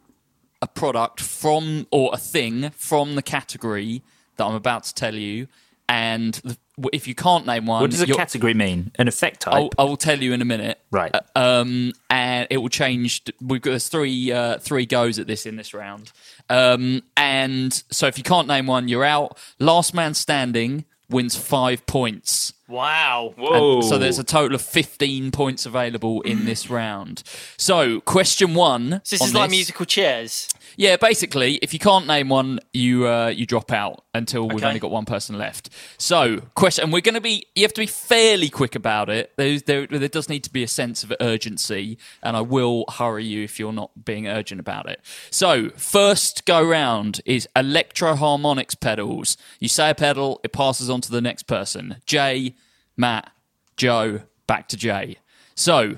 Speaker 2: a product from or a thing from the category that I'm about to tell you. And the, if you can't name one,
Speaker 1: What does a
Speaker 2: you're-
Speaker 1: category mean? An effect type.
Speaker 2: I'll, I'll tell you in a minute.
Speaker 1: Right.
Speaker 2: Oh, Uh, um, and it will change. We've got there's three uh, three goes at this in this round. Um, and so if you can't name one, you're out. Last man standing wins five points.
Speaker 4: Wow.
Speaker 2: And
Speaker 4: Oh.
Speaker 2: so there's a total of 15 points available in this round. So question one.
Speaker 4: So this
Speaker 2: on
Speaker 4: is like musical chairs.
Speaker 2: Yeah, basically, if you can't name one, you uh, you drop out until we've
Speaker 4: Okay.
Speaker 2: only got one person left. So, question, and we're going to be you have to be fairly quick about it. There, there there does need to be a sense of urgency, and I will hurry you if you're not being urgent about it. So, first go round is electro harmonics pedals. You say a pedal, it passes on to the next person. Jay, Matt, Joe, back to Jay. So,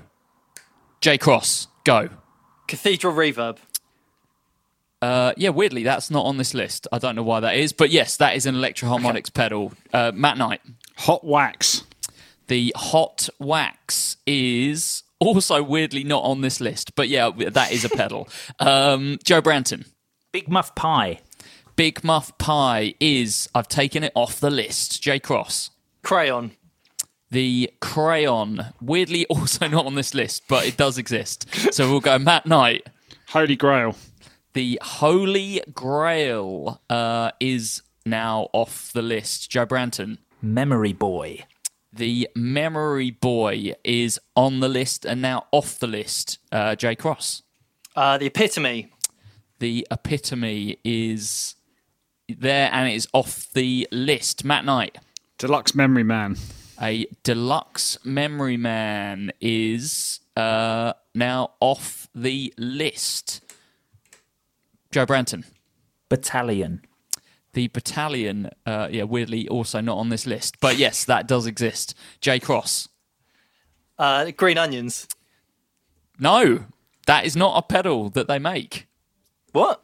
Speaker 2: Jay Cross, go.
Speaker 4: Cathedral reverb.
Speaker 2: Uh, yeah, weirdly, that's not on this list. I don't know why that is, but yes, that is an electro harmonics pedal. Uh, Matt Knight,
Speaker 3: Hot wax.
Speaker 2: the hot wax is also weirdly not on this list, but yeah, that is a pedal. um, Joe Branton,
Speaker 1: Big muff pie.
Speaker 2: Big Muff Pie is. I've taken it off the list. Jay Cross,
Speaker 4: Crayon.
Speaker 2: the crayon, weirdly also not on this list, but it does exist. So we'll go Matt Knight.
Speaker 3: Holy Grail.
Speaker 2: The Holy Grail uh, is now off the list. Joe Branton.
Speaker 1: Memory boy.
Speaker 2: the memory boy is on the list and now off the list. Uh, Jay Cross.
Speaker 4: Uh, the epitome.
Speaker 2: The epitome is there and it is off the list. Matt Knight.
Speaker 3: Deluxe Memory Man.
Speaker 2: A deluxe memory man is uh, now off the list. Joe Branton.
Speaker 1: Battalion.
Speaker 2: The battalion, uh, yeah, weirdly also not on this list, but yes, that does exist. Jay Cross.
Speaker 4: Uh, green onions.
Speaker 2: No, that is not a pedal that they make.
Speaker 4: What?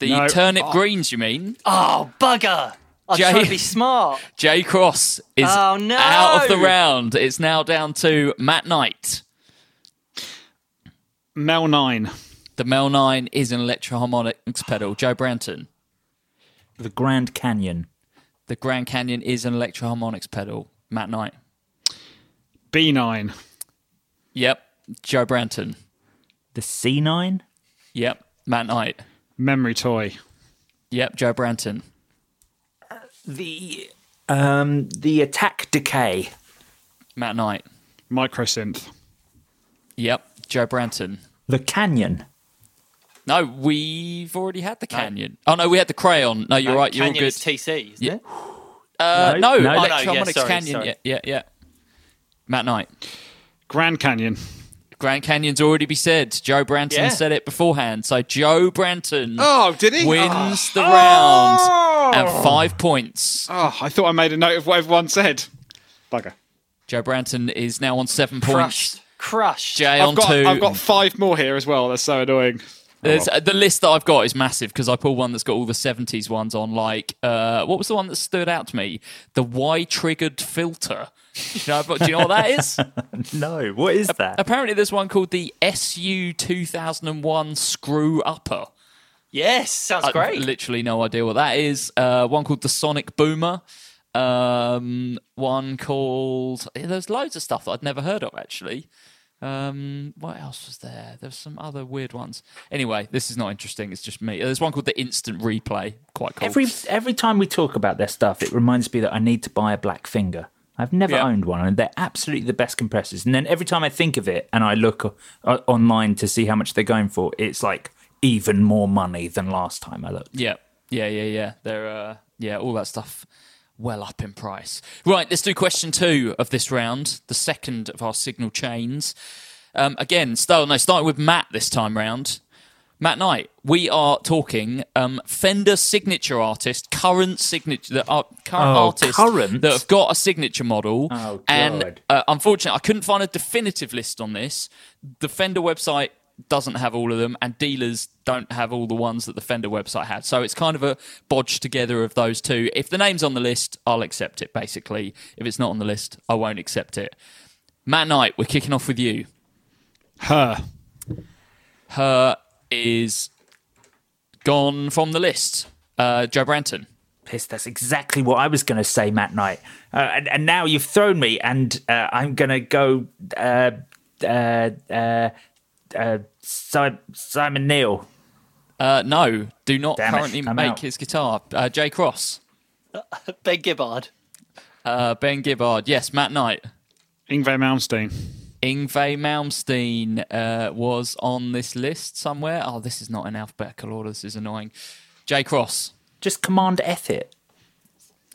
Speaker 2: The
Speaker 3: No.
Speaker 2: turnip greens, you mean?
Speaker 4: Oh, bugger. I'm
Speaker 2: Jay-
Speaker 4: trying to be smart.
Speaker 2: Jay Cross is
Speaker 4: Oh, no.
Speaker 2: out of the round. It's now down to Matt Knight.
Speaker 3: Mel 9.
Speaker 2: The Mel 9 is an electro harmonics pedal. Joe Branton.
Speaker 1: The Grand Canyon.
Speaker 2: The Grand Canyon is an electro harmonics pedal. Matt Knight.
Speaker 3: B9.
Speaker 2: Yep. Joe Branton.
Speaker 1: The C9.
Speaker 2: Yep. Matt Knight.
Speaker 3: Memory Toy.
Speaker 2: Yep. Joe Branton.
Speaker 1: The um the attack decay.
Speaker 2: Matt Knight.
Speaker 3: Microsynth.
Speaker 2: Yep, Joe Branton.
Speaker 1: The Canyon.
Speaker 2: No, we've already had the canyon. Oh no, we had the crayon. No, you're right. You're all
Speaker 4: Canyon
Speaker 2: good.
Speaker 4: is TC, isn't
Speaker 2: Yeah.
Speaker 4: it?
Speaker 2: uh,
Speaker 1: No,
Speaker 2: no,
Speaker 1: no.
Speaker 4: Oh, no,
Speaker 2: Electromonics
Speaker 4: yeah, sorry,
Speaker 2: Canyon.
Speaker 4: sorry.
Speaker 2: Yeah, yeah, yeah. Matt Knight.
Speaker 3: Grand Canyon.
Speaker 2: Grand Canyon's already be said. Joe Branton
Speaker 4: Yeah.
Speaker 2: said it beforehand. So Joe Branton
Speaker 3: Oh, did he?
Speaker 2: wins the
Speaker 3: Oh.
Speaker 2: round and five points.
Speaker 3: Oh, I thought I made a note of what everyone said. Bugger.
Speaker 2: Joe Branton is now on seven points.
Speaker 4: Crushed. Crushed.
Speaker 2: Jay on
Speaker 3: I've got,
Speaker 2: 2
Speaker 3: I've got five more here as well. That's so annoying.
Speaker 2: There's, uh, the list that I've got is massive because I pulled one that's got all the 70s ones on. Like, uh, what was the one that stood out to me? The Y triggered filter. Do you, know, do you know what that is?
Speaker 1: No, what is that?
Speaker 2: Apparently, there's one called the SU 2001 screw upper.
Speaker 4: Yes, sounds
Speaker 2: I've
Speaker 4: great.
Speaker 2: Literally no idea what that is. Uh, one called the Sonic Boomer. Um, one called. yeah, There's loads of stuff that I'd never heard of actually. Um, what else was there? There's some other weird ones. Anyway, this is not interesting. It's just me. There's one called the Instant Replay. Quite cool.
Speaker 1: Every every time we talk about their stuff, it reminds me that I need to buy a black finger. I've never
Speaker 2: Yeah.
Speaker 1: owned one, and they're absolutely the best compressors. And then every time I think of it and I look o- o- online to see how much they're going for, it's like even more money than last time I looked.
Speaker 2: Yeah, yeah, yeah, yeah. They're uh, yeah, all that stuff well up in price. Right, let's do question two of this round, the second of our signal chains. Um, again, start, no, starting with Matt this time round. Matt Knight, we are talking um, Fender signature artist, current signature, the uh, current
Speaker 1: Oh,
Speaker 2: artists
Speaker 1: current?
Speaker 2: that have got a signature model.
Speaker 1: Oh, God.
Speaker 2: And uh, unfortunately, I couldn't find a definitive list on this. The Fender website doesn't have all of them, and dealers don't have all the ones that the Fender website had. So it's kind of a bodge together of those two. If the name's on the list, I'll accept it, basically. If it's not on the list, I won't accept it. Matt Knight, we're kicking off with you.
Speaker 3: Her.
Speaker 2: Her is gone from the list. Uh, Joe Branton.
Speaker 1: pissed. That's exactly what I was going to say, Matt Knight. Uh, and, and now you've thrown me, and uh, I'm going to go uh, uh, uh, uh, Si- Simon Neil.
Speaker 2: Uh, no, do not
Speaker 1: Damn it,
Speaker 2: currently
Speaker 1: I'm
Speaker 2: make
Speaker 1: out.
Speaker 2: his guitar. Uh, Jay Cross.
Speaker 4: Ben Gibbard.
Speaker 2: Uh, ben Gibbard. Yes, Matt Knight.
Speaker 3: Ingve Malmsteen.
Speaker 2: Ingve Malmsteen uh, was on this list somewhere. Oh, this is not in alphabetical order. This is annoying. Jay Cross.
Speaker 1: Just command F it.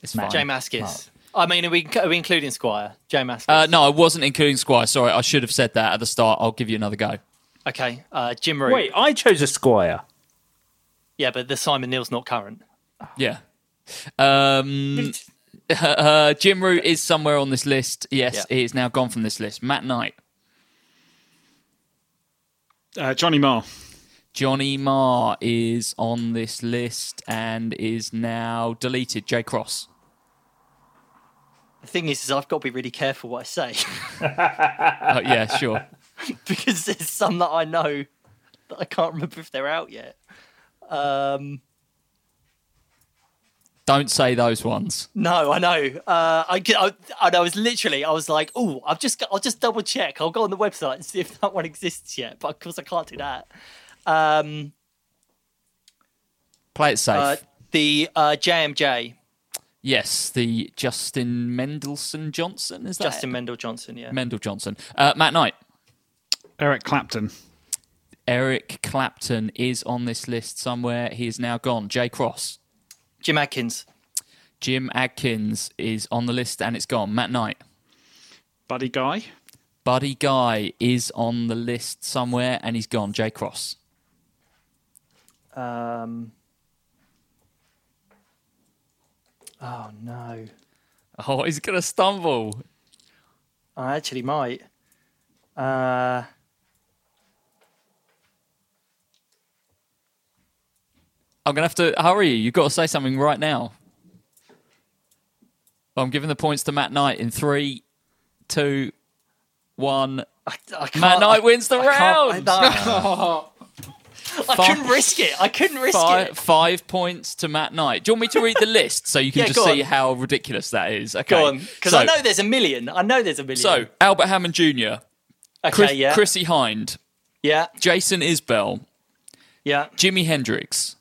Speaker 2: It's fine.
Speaker 4: Jay Maskis. I mean, are we, are we including Squire? Jay Maskis.
Speaker 2: Uh, no, I wasn't including Squire. Sorry, I should have said that at the start. I'll give you another go.
Speaker 4: Okay. Uh, Jim Root.
Speaker 1: Wait, I chose a squire.
Speaker 4: Yeah, but the Simon Neil's not current.
Speaker 2: Yeah. Um, uh, Jim Root is somewhere on this list. Yes,
Speaker 4: Yeah.
Speaker 2: he is now gone from this list. Matt Knight,
Speaker 3: Uh, Johnny Marr.
Speaker 2: Johnny Marr is on this list and is now deleted. Jay Cross.
Speaker 4: The thing is, is I've got to be really careful what I say
Speaker 2: Oh, yeah, sure.
Speaker 4: because there's some that I know that I can't remember if they're out yet. Um,
Speaker 2: Don't say those ones.
Speaker 4: no, I know. Uh, I, g- I, and I was literally, I was like, oh, I've just, got- I'll just double check. I'll go on the website and see if that one exists yet. But of course, I can't do that. Um,
Speaker 2: Play it safe.
Speaker 4: uh, the uh, JMJ,
Speaker 2: Yes, the Justin Mendelson Johnson is that
Speaker 4: Justin
Speaker 2: it?
Speaker 4: Mendel Johnson. Yeah.
Speaker 2: Mendel Johnson. Uh, Matt Knight,
Speaker 3: Eric Clapton.
Speaker 2: Eric Clapton is on this list somewhere. He is now gone. Jay Cross,
Speaker 4: Jim Atkins.
Speaker 2: Jim Adkins is on the list and it's gone. Matt Knight,
Speaker 3: Buddy Guy.
Speaker 2: Buddy Guy is on the list somewhere and he's gone. Jay Cross,
Speaker 4: Um, oh, no.
Speaker 2: oh, he's gonna stumble.
Speaker 4: I actually might. Uh,
Speaker 2: I'm gonna have to hurry you. You've got to say something right now. I'm giving the points to Matt Knight in three, two, one.
Speaker 4: I, I can't,
Speaker 2: Matt Knight wins the
Speaker 4: I can't-
Speaker 2: round.
Speaker 4: I, no. I couldn't risk it. I couldn't risk
Speaker 2: Five,
Speaker 4: it.
Speaker 2: five points to Matt Knight. Do you want me to read the list so you can
Speaker 4: Yeah,
Speaker 2: just
Speaker 4: go
Speaker 2: see
Speaker 4: on.
Speaker 2: how ridiculous that is? Okay.
Speaker 4: Go on, because
Speaker 2: so,
Speaker 4: I know there's a million. I know there's a million.
Speaker 2: So, Albert Hammond Jr.,
Speaker 4: okay,
Speaker 2: Chris,
Speaker 4: yeah,
Speaker 2: Chrissy Hind,
Speaker 4: yeah,
Speaker 2: Jason Isbell,
Speaker 4: yeah.
Speaker 2: Jimi Hendrix,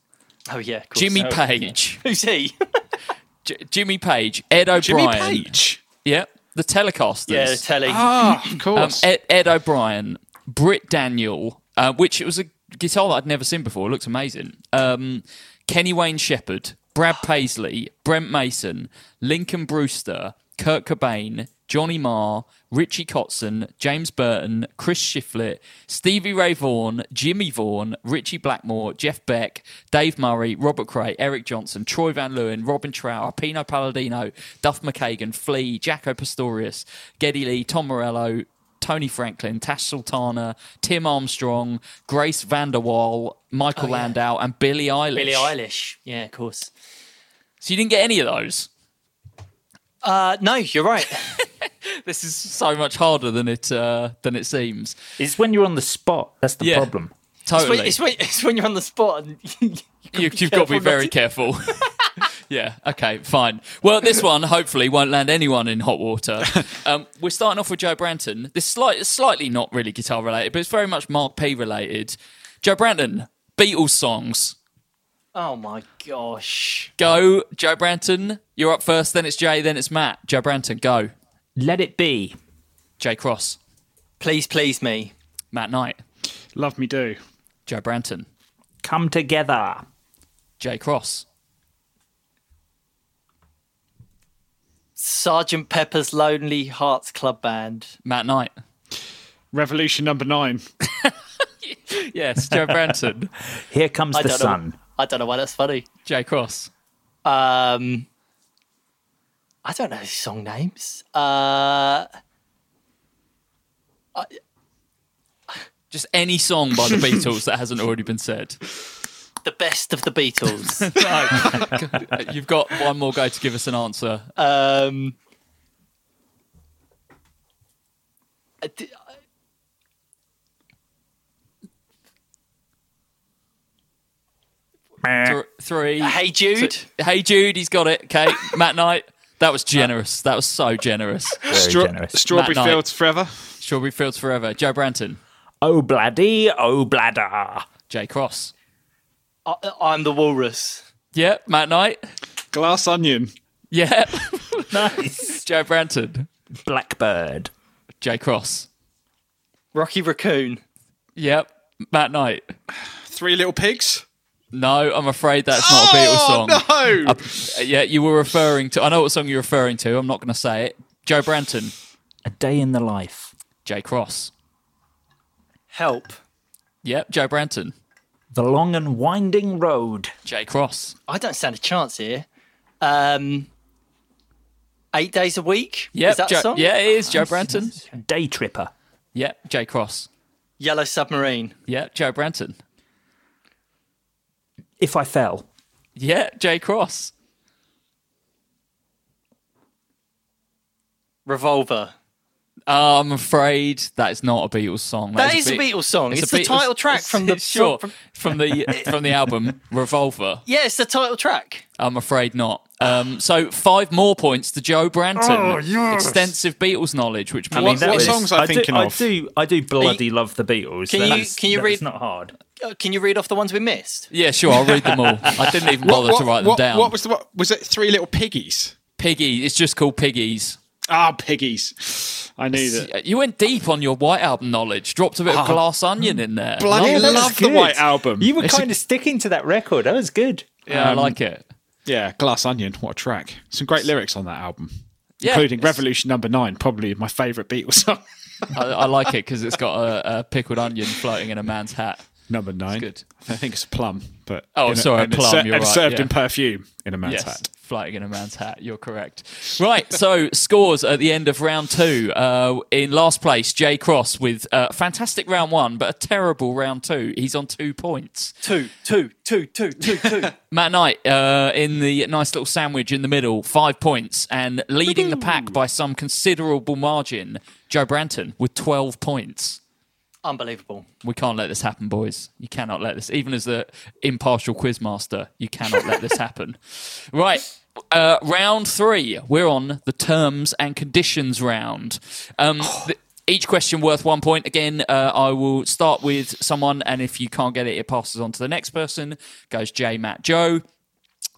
Speaker 4: Oh yeah, of course.
Speaker 2: Jimmy Page,
Speaker 4: Who's he?
Speaker 2: J- Jimmy Page, Ed O'Brien.
Speaker 3: Jimmy Page.
Speaker 2: Yeah, the Telecasters. Oh.
Speaker 4: yeah, Telly.
Speaker 2: Hmm.
Speaker 3: Ah, of course.
Speaker 2: Um, Ed, Ed O'Brien, Britt Daniel, uh, which it was a guitar that I'd never seen before. It looked amazing. Um, Kenny Wayne Shepherd, Brad Paisley, Brent Mason, Lincoln Brewster, Kurt Cobain, Johnny Marr, Richie Kotzen, James Burton, Chris Shiflett, Stevie Ray Vaughan, Jimmy Vaughan, Richie Blackmore, Jeff Beck, Dave Murray, Robert Cray, Eric Johnson, Troy Van Leeuwen, Robin Trower, Pino Palladino, Duff McKagan, Flea, Jacko Pastorius, Geddy Lee, Tom Morello, Tony Franklin, Tash Sultana, Tim Armstrong, Grace Vanderwaal, Michael Landau, and Billie Eilish.
Speaker 4: Oh, Billie Eilish. Yeah, of course.
Speaker 2: So you didn't get any of those.
Speaker 4: Uh, no, you're right.
Speaker 2: This is so much harder than it uh, than it seems.
Speaker 1: It's when you're on the spot. That's the
Speaker 2: Yeah.
Speaker 1: problem.
Speaker 4: It's when,
Speaker 2: Totally,
Speaker 4: it's, when, it's when you're on the spot and you,
Speaker 2: you, you've got to be
Speaker 4: careful not
Speaker 2: very
Speaker 4: to-
Speaker 2: careful. yeah. Okay. Fine. Well, this one hopefully won't land anyone in hot water. Um, we're starting off with Joe Branton. This slight, slightly not really guitar related, but it's very much Mark P related. Joe Branton, Beatles songs.
Speaker 4: Oh my gosh.
Speaker 2: Go, Joe Branton. You're up first. Then it's Jay. Then it's Matt. Joe Branton, go.
Speaker 1: Let it be.
Speaker 2: Jay Cross,
Speaker 4: Please, please me.
Speaker 2: Matt Knight,
Speaker 3: Love me do.
Speaker 2: Joe Branton,
Speaker 1: Come together.
Speaker 2: Jay Cross,
Speaker 4: Sergeant Pepper's Lonely Hearts Club Band.
Speaker 2: Matt Knight.
Speaker 3: Revolution number nine.
Speaker 2: Yes, Joe Branton,
Speaker 1: Here comes
Speaker 4: I
Speaker 1: the
Speaker 4: don't
Speaker 1: sun.
Speaker 4: Know, I don't know why that's funny.
Speaker 2: Jay Cross,
Speaker 4: Um, I don't know song names. Uh,
Speaker 2: Just any song by the Beatles that hasn't already been said.
Speaker 4: the best of the Beatles.
Speaker 2: You've got one more go to give us an answer.
Speaker 4: um, I d- I-
Speaker 2: Th- three.
Speaker 4: hey Jude.
Speaker 2: Hey Jude, he's got it. Okay, Matt Knight. That was generous. That was so generous.
Speaker 1: Very
Speaker 3: Stra-
Speaker 1: generous.
Speaker 3: Strawberry
Speaker 2: Matt Knight.
Speaker 3: Fields Forever.
Speaker 2: Strawberry Fields Forever. Joe Branton.
Speaker 1: oh bloody, oh bladder.
Speaker 2: Jay Cross.
Speaker 4: I, I'm the Walrus.
Speaker 2: Yeah, Matt Knight.
Speaker 3: Glass Onion.
Speaker 2: Yeah.
Speaker 1: Nice.
Speaker 2: Joe Branton.
Speaker 1: Blackbird.
Speaker 2: Jay Cross.
Speaker 4: Rocky Raccoon.
Speaker 2: Yep. Matt Knight.
Speaker 3: Three Little Pigs.
Speaker 2: No, I'm afraid that's not a Beatles song.
Speaker 3: No.
Speaker 2: Uh, Yeah, you were referring to. I know what song you're referring to. I'm not going to say it. Joe Branton.
Speaker 1: A day in the life.
Speaker 2: Jay Cross.
Speaker 4: Help.
Speaker 2: Yep. Joe Branton.
Speaker 1: The long and winding road.
Speaker 2: Jay Cross.
Speaker 4: I don't stand a chance here. Um, eight days a week.
Speaker 2: Yep.
Speaker 4: Is that a
Speaker 2: Joe-
Speaker 4: song? Oh,
Speaker 2: Yeah, it is. Joe Branton.
Speaker 1: Day tripper.
Speaker 2: Yep. Jay Cross.
Speaker 4: Yellow Submarine.
Speaker 2: Yeah, Joe Branton.
Speaker 1: If I fell.
Speaker 2: Yeah, Jay Cross.
Speaker 4: Revolver.
Speaker 2: Oh, I'm afraid that is not a Beatles song.
Speaker 4: That is a Beatles song. It's,
Speaker 2: a
Speaker 4: the
Speaker 2: Beatles-
Speaker 4: title track from the
Speaker 2: sure
Speaker 4: From,
Speaker 2: from, the from the album Revolver.
Speaker 4: yeah, it's the title track.
Speaker 2: I'm afraid not. Um, so five more points to Joe
Speaker 3: Oh,
Speaker 2: Branton. Extensive Beatles knowledge, which means
Speaker 3: mean, that
Speaker 2: that
Speaker 3: what
Speaker 2: is-
Speaker 3: songs I
Speaker 1: do,
Speaker 3: thinking
Speaker 1: I
Speaker 3: of?
Speaker 1: do. I do bloody love the Beatles.
Speaker 4: Can you-
Speaker 1: That's-
Speaker 4: can you
Speaker 1: that's
Speaker 4: read-
Speaker 1: not hard.
Speaker 4: Uh, Can you read off the ones we missed?
Speaker 2: yeah, sure. I'll read them all. I didn't even bother to write them
Speaker 3: what,
Speaker 2: down.
Speaker 3: What was the what was it? Three Little Piggies.
Speaker 2: Piggy? It's just called Piggies.
Speaker 3: Ah, piggies. I knew that.
Speaker 2: You went deep on your White Album knowledge. Dropped a bit of Glass Onion in there.
Speaker 3: Ah. Bloody
Speaker 1: that was
Speaker 3: love the
Speaker 1: good.
Speaker 3: White Album.
Speaker 1: You were kind of sticking to that record. That was good.
Speaker 2: yeah,
Speaker 3: Um,
Speaker 2: I like it.
Speaker 3: yeah, Glass Onion. What a track. Some great lyrics on that album,
Speaker 2: Yeah.
Speaker 3: including Revolution Number Nine, probably my favourite Beatles song.
Speaker 2: I, I like it because it's got a, a pickled onion floating in a man's hat.
Speaker 3: Number nine.
Speaker 2: good.
Speaker 3: I think it's a plum, but
Speaker 2: Oh,
Speaker 3: in
Speaker 2: sorry,
Speaker 3: and
Speaker 2: plum,
Speaker 3: it's ser-
Speaker 2: you're
Speaker 3: and
Speaker 2: right,
Speaker 3: served
Speaker 2: yeah.
Speaker 3: in perfume in a man's
Speaker 2: yes,
Speaker 3: hat.
Speaker 2: floating in a man's hat. You're correct. Right. So scores at the end of round two. Uh, in last place, Jay Cross with uh, fantastic round one, but a terrible round two. He's on two points.
Speaker 4: Two, two, two, two, two, two.
Speaker 2: Matt Knight uh, in the nice little sandwich in the middle, five points, and leading the pack by some considerable margin. Joe Branton with twelve points.
Speaker 4: Unbelievable.
Speaker 2: we can't let this happen, boys. You cannot let this, even as the impartial quizmaster, you cannot let this happen. Right. Uh, round three, we're on the terms and conditions round. Um, th- each question worth one point. Again, uh, I will start with someone, and if you can't get it, it passes on to the next person. Goes J, Matt, Joe.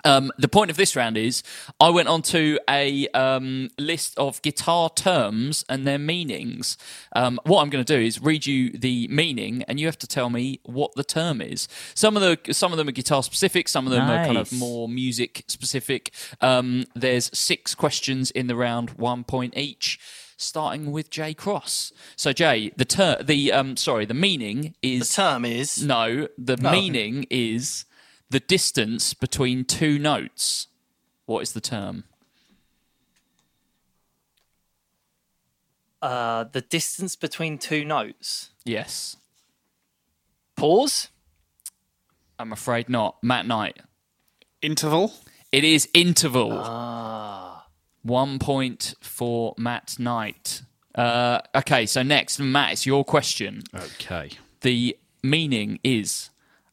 Speaker 2: Um, the point of this round is I went on to a um, list of guitar terms and their meanings. Um, what I'm going to do is read you the meaning, and you have to tell me what the term is. Some of the some of them are guitar specific, some of them are kind of
Speaker 1: Nice.
Speaker 2: more music specific. Um, there's six questions in the round, one point each. Starting with Jay Cross. So Jay, the ter- the um, sorry, the meaning
Speaker 4: The
Speaker 2: is
Speaker 4: term is
Speaker 2: no, the meaning is the distance between two notes. What is the term?
Speaker 4: uh, the distance between two notes.
Speaker 2: Yes.
Speaker 4: Pause.
Speaker 2: I'm afraid not. Matt Knight.
Speaker 3: Interval.
Speaker 2: It is interval. One point for Matt Knight. Uh, okay, so next, Matt, it's your question.
Speaker 3: Okay.
Speaker 2: The meaning is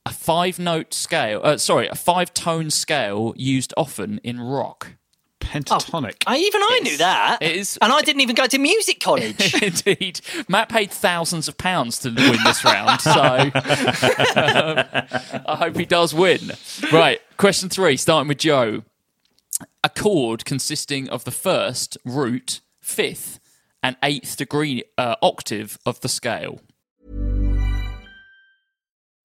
Speaker 2: a five note scale, uh, sorry, a five tone scale used often in rock.
Speaker 3: Pentatonic.
Speaker 4: I, even I knew that.
Speaker 2: it is-
Speaker 4: and I didn't even go to music college.
Speaker 2: Indeed. Matt paid thousands of pounds to win this round, so um, I hope he does win. Right, question three, starting with Joe. A chord consisting of the first, root, fifth, and eighth degree uh, octave of the scale.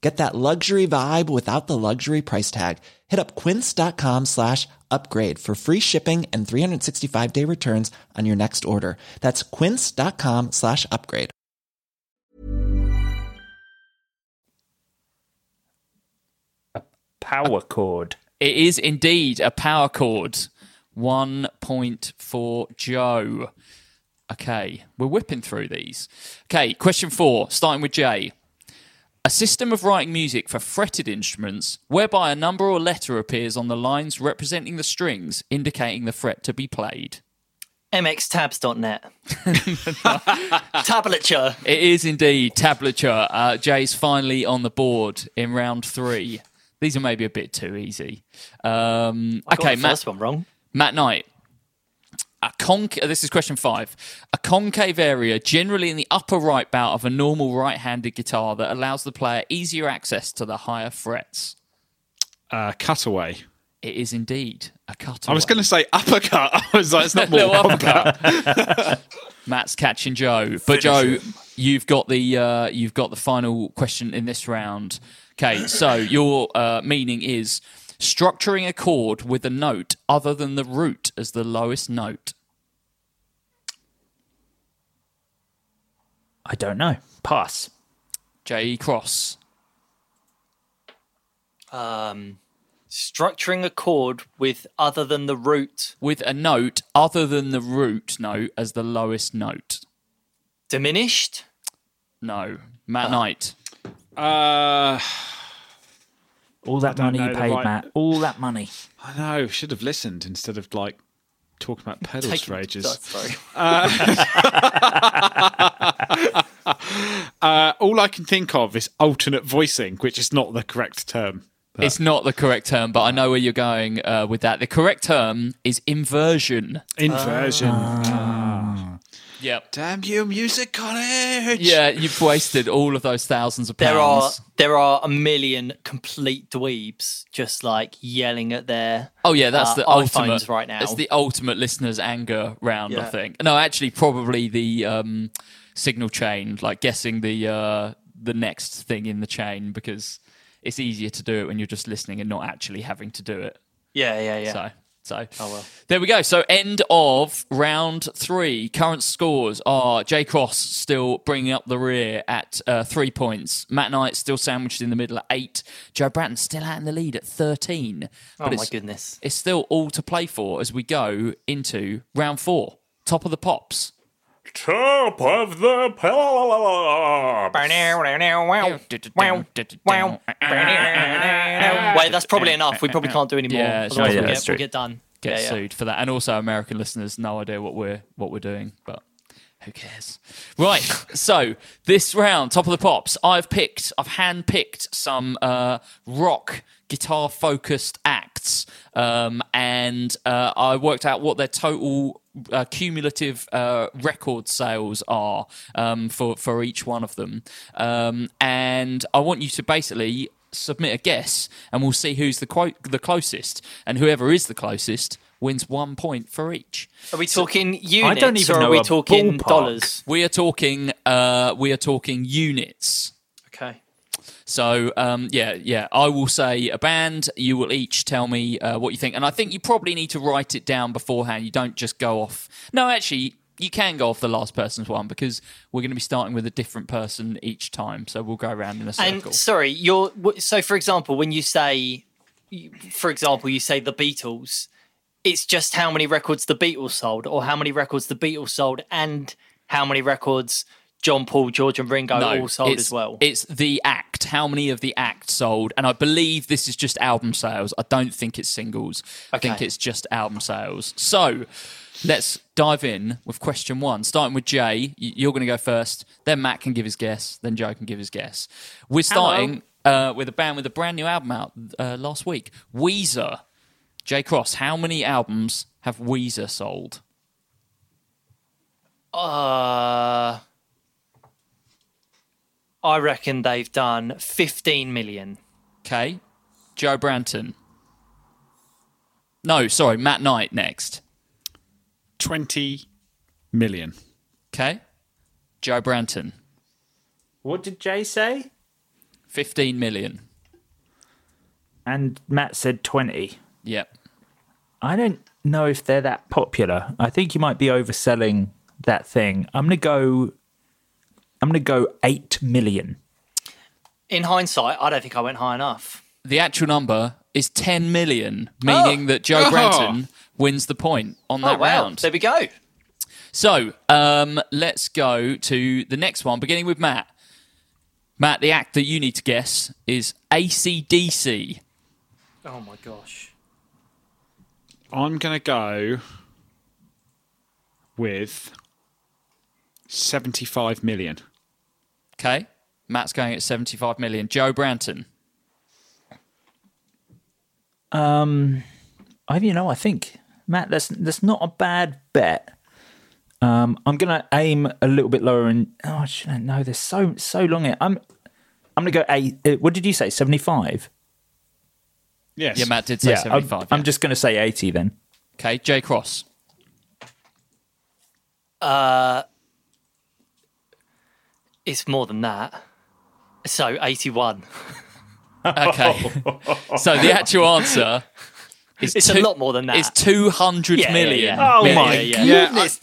Speaker 5: Get that luxury vibe without the luxury price tag. Hit up quince.com slash upgrade for free shipping and 365 day returns on your next order. That's quince.com slash upgrade.
Speaker 1: Power chord.
Speaker 2: It is indeed a power chord. One point for Joe. Okay, we're whipping through these. Okay, question four, starting with Jay. A system of writing music for fretted instruments whereby a number or letter appears on the lines representing the strings, indicating the fret to be played.
Speaker 4: mxtabs.net. Tablature.
Speaker 2: It is indeed tablature. Uh, Jay's finally on the board in round three. These are maybe a bit too easy. Um,
Speaker 4: I got
Speaker 2: okay,
Speaker 4: the
Speaker 2: Matt.
Speaker 4: first one wrong.
Speaker 2: Matt Knight. A conc- this is question five. A concave area, generally in the upper right bout of a normal right handed guitar, that allows the player easier access to the higher frets.
Speaker 3: Uh, cutaway.
Speaker 2: It is indeed a cut.
Speaker 3: I was going to say uppercut. I was like, it's not more.
Speaker 2: Matt's catching Joe, but Joe, you've got the uh, you've got the final question in this round. Okay, so your uh, meaning is structuring a chord with a note other than the root as the lowest note.
Speaker 1: I don't know. Pass.
Speaker 2: J E Cross.
Speaker 4: Um, structuring a chord with other than the root
Speaker 2: with a note other than the root note as the lowest note.
Speaker 4: diminished.
Speaker 2: No,
Speaker 4: Ah.
Speaker 2: Matt Knight.
Speaker 3: Uh,
Speaker 1: All that money you
Speaker 3: know the
Speaker 1: paid,
Speaker 3: right-
Speaker 1: Matt. All that money.
Speaker 3: I know. Should have listened instead of like talking about pedals for ages.
Speaker 4: Sorry.
Speaker 3: Uh, all I can think of is alternate voicing, which is not the correct term.
Speaker 2: It's not the correct term, but I know where you're going uh, with that. The correct term is inversion.
Speaker 3: Ah. Inversion.
Speaker 2: Yep.
Speaker 3: Damn you, music college.
Speaker 2: Yeah, you've wasted all of those thousands of pounds.
Speaker 4: There are there are a million complete dweebs just like yelling at their
Speaker 2: Oh yeah, that's
Speaker 4: uh,
Speaker 2: the
Speaker 4: iPhones
Speaker 2: ultimate
Speaker 4: right now.
Speaker 2: It's the ultimate listeners' anger round, I
Speaker 4: Yeah.
Speaker 2: think. No, actually, probably the um, signal chain, like guessing the uh, the next thing in the chain, because it's easier to do it when you're just listening and not actually having to do it.
Speaker 4: yeah, yeah, Oh, yeah.
Speaker 2: So, so there we go. So end of round three. Current scores are Jay Cross still bringing up the rear at uh, three points. Matt Knight still sandwiched in the middle at eight. Joe Bratton still out in the lead at thirteen.
Speaker 4: oh my
Speaker 2: it's-
Speaker 4: goodness.
Speaker 2: It's still all to play for as we go into round four. Top of the pops.
Speaker 1: Top of the pop.
Speaker 4: Wait, that's probably enough. We probably can't do any more.
Speaker 2: Yeah, it's
Speaker 4: Otherwise
Speaker 1: Yeah,
Speaker 2: true.
Speaker 4: we'll, get,
Speaker 1: that's
Speaker 4: we'll
Speaker 1: true.
Speaker 4: get done.
Speaker 2: Get
Speaker 4: yeah, yeah.
Speaker 2: sued for that. And also American listeners, no idea what we're what we're doing, but who cares? Right. so this round, top of the pops, I've picked, I've hand picked some uh, rock guitar focused acts. Um, and uh, I worked out what their total uh, cumulative uh, record sales are um, for for each one of them. Um, and I want you to basically submit a guess, and we'll see who's the quote the closest, and whoever is the closest wins one point for each.
Speaker 4: Are we talking units
Speaker 1: I don't even
Speaker 4: or
Speaker 1: know
Speaker 4: are we
Speaker 1: a
Speaker 4: talking
Speaker 1: ballpark.
Speaker 4: dollars?
Speaker 2: We are talking uh, we are talking units.
Speaker 4: Okay.
Speaker 2: So um, yeah, yeah, I will say a band. You will each tell me uh, what you think, and I think you probably need to write it down beforehand. You don't just go off. No, actually, you can go off the last person's one because we're going to be starting with a different person each time. So we'll go around in a circle.
Speaker 4: And sorry, you're w- so for example, when you say, you- for example, you say the Beatles, it's just how many records the Beatles sold, or how many records the Beatles sold, and how many records John Paul, George, and Ringo all sold
Speaker 2: it's-
Speaker 4: as well.
Speaker 2: It's the act. How many of the act sold? And I believe this is just album sales. I don't think it's singles. I think
Speaker 4: Okay.
Speaker 2: it's just album sales. So let's dive in with question one. Starting with Jay, y- you're going to go first. Then Matt can give his guess. Then Joe can give his guess. We're starting uh, with a band with a brand new album out uh, last week. Weezer. Jay Cross, how many albums have Weezer sold?
Speaker 4: uh, I reckon they've done 15 million.
Speaker 2: Okay. Joe Branton. No, sorry, Matt Knight next.
Speaker 3: Twenty million.
Speaker 2: Okay. Joe Branton.
Speaker 1: What did Jay say?
Speaker 2: 15 million.
Speaker 1: And Matt said 20.
Speaker 2: Yep.
Speaker 1: I don't know if they're that popular. I think you might be overselling that thing. I'm gonna go. I'm gonna go eight million.
Speaker 4: In hindsight, I don't think I went high enough.
Speaker 2: The actual number is 10 million, meaning that Joe
Speaker 3: Oh.
Speaker 2: Branton wins the point on that
Speaker 4: oh, wow.
Speaker 2: round.
Speaker 4: There we go.
Speaker 2: So um, let's go to the next one, beginning with Matt. Matt, the act that you need to guess is ACDC.
Speaker 4: Oh, my gosh.
Speaker 3: I'm gonna go with seventy-five million.
Speaker 2: Okay. Matt's going at 75 million. Joe Branton.
Speaker 1: Um, I you know I think Matt, that's that's not a bad bet. Um, I'm gonna aim a little bit lower and oh, I shouldn't know. There's so so long. Here. I'm I'm gonna go eight. uh, What did you say? Seventy five.
Speaker 3: Yes.
Speaker 2: Yeah, Matt did say 75.
Speaker 1: I'm
Speaker 2: yeah.
Speaker 1: just gonna say eighty then.
Speaker 2: Okay, Jay Cross.
Speaker 4: It's more than that. So 81.
Speaker 2: Okay. so the actual answer is
Speaker 4: It's a
Speaker 2: two-
Speaker 4: lot more than that.
Speaker 2: It's two hundred million.
Speaker 4: Yeah, yeah,
Speaker 1: Oh
Speaker 4: yeah.
Speaker 1: my
Speaker 3: Yeah, I-
Speaker 4: was-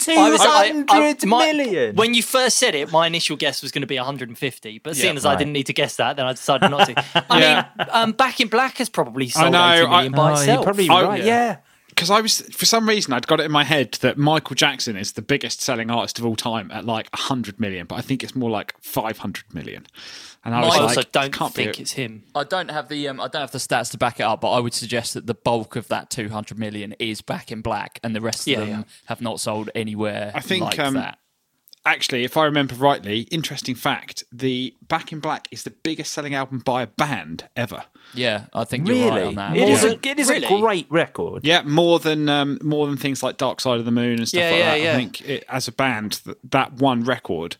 Speaker 4: I- I-
Speaker 1: 200
Speaker 4: my-
Speaker 1: million.
Speaker 4: When you first said it, my initial guess was going to be 150, but seeing as I
Speaker 1: Right.
Speaker 4: didn't need to guess that, then I decided not to. I
Speaker 3: Yeah.
Speaker 4: mean, um, Back in Black has probably sold
Speaker 3: know,
Speaker 4: 80 million
Speaker 3: I-
Speaker 4: by
Speaker 1: Oh, you're
Speaker 4: itself.
Speaker 1: probably
Speaker 3: Oh,
Speaker 1: right.
Speaker 3: yeah.
Speaker 1: yeah.
Speaker 3: because I was for some reason I'd got it in my head that Michael Jackson is the biggest selling artist of all time at like hundred million, but I think it's more like five hundred million. And I
Speaker 4: I
Speaker 3: was
Speaker 4: also
Speaker 3: like,
Speaker 4: don't
Speaker 3: can't
Speaker 4: think
Speaker 3: be.
Speaker 4: it's him.
Speaker 2: I don't have the um, I don't have the stats to back it up, but I would suggest that the bulk of that two hundred million is back in black, and the rest of
Speaker 4: Yeah,
Speaker 2: them
Speaker 4: yeah.
Speaker 2: have not sold anywhere.
Speaker 3: I think,
Speaker 2: like
Speaker 3: um,
Speaker 2: that.
Speaker 3: actually, if I remember rightly, interesting fact: the Back in Black is the biggest selling album by a band ever.
Speaker 2: Yeah, I think
Speaker 1: Really?
Speaker 2: you're right on that.
Speaker 1: It is
Speaker 2: Yeah.
Speaker 1: a, it is a
Speaker 4: Really?
Speaker 1: great record.
Speaker 3: Yeah, more than um, more than things like Dark Side of the Moon and stuff
Speaker 4: Yeah,
Speaker 3: like
Speaker 4: yeah,
Speaker 3: that. I
Speaker 4: yeah.
Speaker 3: think it, as a band, that, that one record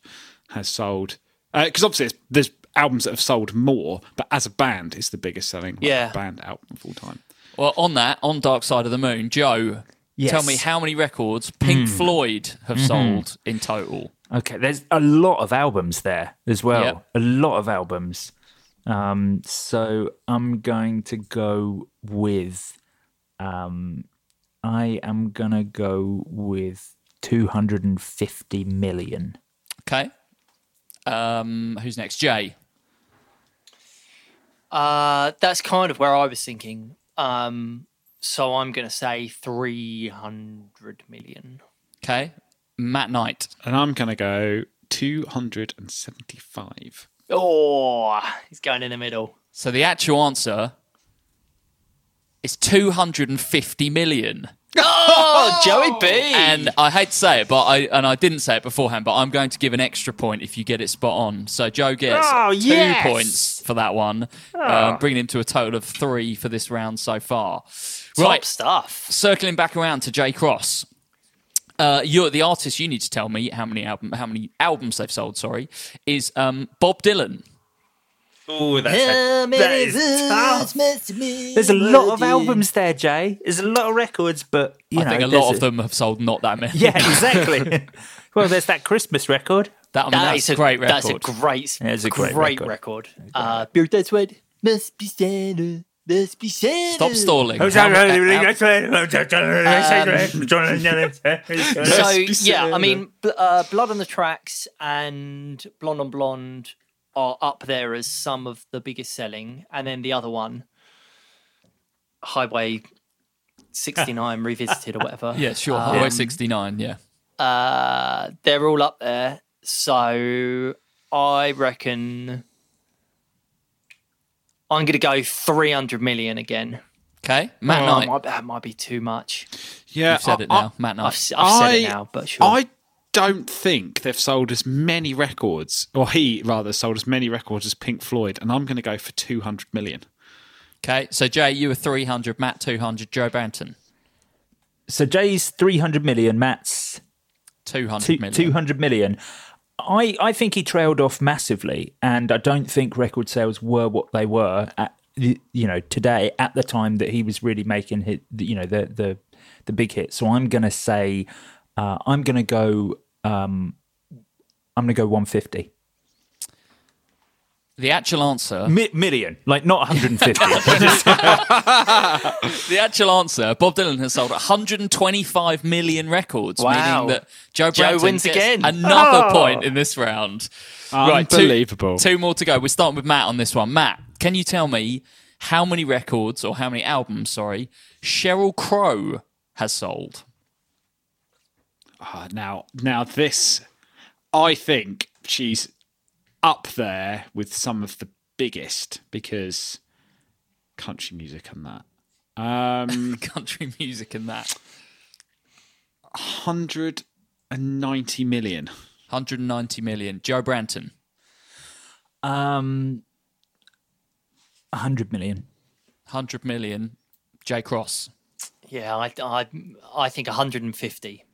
Speaker 3: has sold because obviously it's, there's albums that have sold more, but as a band, it's the biggest selling like,
Speaker 4: Yeah.
Speaker 3: band album of all time.
Speaker 2: Well, on that, on Dark Side of the Moon, Joe, tell
Speaker 1: Yes. Hmm. Mm-hmm.
Speaker 2: me how many records Pink Floyd have sold in total.
Speaker 1: Okay, there's a lot of albums there as well.
Speaker 2: Yep.
Speaker 1: A lot of albums. Um, so I'm going to go with, um, I am gonna go with 250 million.
Speaker 2: Okay. Um, who's next? Jay.
Speaker 4: Uh, that's kind of where I was thinking. Um, so I'm going to say 300 million.
Speaker 2: Okay. Matt Knight.
Speaker 3: And I'm gonna go two hundred and seventy-five.
Speaker 4: Oh, he's going in the middle.
Speaker 2: So the actual answer is 250 million.
Speaker 4: Oh, Joey B.
Speaker 2: And I hate to say it, but I and I didn't say it beforehand, but I'm going to give an extra point if you get it spot on. So Joe gets
Speaker 1: Oh,
Speaker 2: two
Speaker 1: yes! Oh.
Speaker 2: points for that one, um, bringing him to a total of three for this round so far.
Speaker 4: Top
Speaker 2: right,
Speaker 4: stuff.
Speaker 2: circling back around to Jay Cross. Uh, you're the artist. You need to tell me how many album how many albums they've sold. Sorry, is um, Bob Dylan.
Speaker 6: Oh, that's a, that is tough.
Speaker 1: There's a lot of albums there, Jay. There's a lot of records, but you
Speaker 2: I
Speaker 1: know,
Speaker 2: think a
Speaker 1: there's
Speaker 2: lot of them have sold not that many.
Speaker 1: Yeah, exactly. well, there's that Christmas record.
Speaker 2: that, I mean, that's
Speaker 4: a
Speaker 2: a great record.
Speaker 4: That's a great,
Speaker 1: it's a great
Speaker 4: great,
Speaker 1: record.
Speaker 4: record. Uh, Beer That's Red. Must be Santa. Must be Santa.
Speaker 2: Stop stalling. How- how-
Speaker 4: So
Speaker 1: Um, So-
Speaker 4: yeah, I mean, bl- uh, Blood on the Tracks and Blonde on Blonde are up there as some of the biggest selling, and then the other one, Highway 69 Revisited or whatever.
Speaker 2: yeah, sure. Highway 69. Yeah.
Speaker 4: uh, they're all up there. So I reckon I'm going to go 300 million again.
Speaker 2: Okay, Matt
Speaker 4: Oh,
Speaker 2: Knight.
Speaker 4: might, that might be too much.
Speaker 3: Yeah,
Speaker 2: You've said
Speaker 3: I-
Speaker 2: it
Speaker 3: I-
Speaker 2: now, Matt
Speaker 4: I've,
Speaker 2: Knight.
Speaker 4: s- I've said it
Speaker 3: I-
Speaker 4: now, but sure.
Speaker 3: I don't think they've sold as many records, or he rather sold as many records as Pink Floyd, and I'm going to go for 200 million.
Speaker 2: Okay, so Jay, you were 300, Matt 200, Joe Banton
Speaker 1: So Jay's 300 million, Matt's
Speaker 2: 200
Speaker 1: two,
Speaker 2: million.
Speaker 1: 200 million. I, I think he trailed off massively, and I don't think record sales were what they were at the- you know today at the time that he was really making hit you know the the the big hit. So I'm gonna say uh, I'm gonna go um, I'm gonna go 150
Speaker 2: The actual answer,
Speaker 1: Mi- million, like not 150.
Speaker 2: the actual answer, Bob Dylan has sold 125 million records,
Speaker 4: Wow.
Speaker 2: meaning that Joe,
Speaker 4: Joe
Speaker 2: Branton
Speaker 4: wins
Speaker 2: gets
Speaker 4: again.
Speaker 2: Another point in this round. two-
Speaker 3: Unbelievable.
Speaker 2: two more to go. We're starting with Matt on this one. Matt, can you tell me how many records or how many albums, sorry, Cheryl Crow has sold?
Speaker 3: Ah, now, now this, I think she's up there with some of the biggest because country music and that. Um,
Speaker 2: Country music and that.
Speaker 3: 190 million.
Speaker 2: 190 million. Joe Branton.
Speaker 1: um, 100 million.
Speaker 2: 100 million. Jay Cross.
Speaker 4: yeah, I, I, I think 150.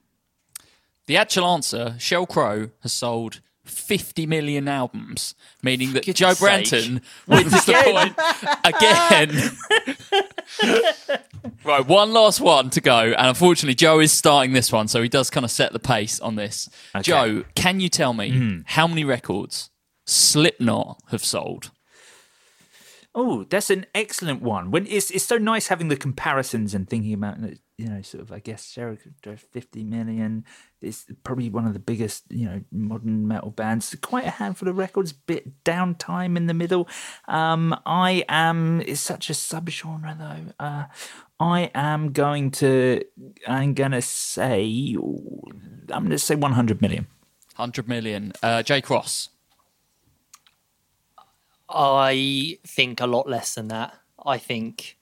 Speaker 2: The actual answer, Shell Crow has sold 50 million albums, meaning that Joe
Speaker 4: goodness
Speaker 2: Branton wins the point again. right, one last one to go. And unfortunately, Joe is starting this one, so he does kind of set the pace on this. Joe, can you tell me
Speaker 4: Mm-hmm.
Speaker 2: how many records Slipknot have sold?
Speaker 1: Oh, that's an excellent one. When it's it's so nice having the comparisons and thinking about you know sort of I guess Sarah fifty million. It's probably one of the biggest you know modern metal bands. Quite a handful of records, bit downtime in the middle. Um, I am it's such a subgenre though. Uh, I am going to I'm gonna say I'm gonna say one hundred million.
Speaker 2: 100 million. Uh, Jay Cross.
Speaker 4: I think a lot less than that. I think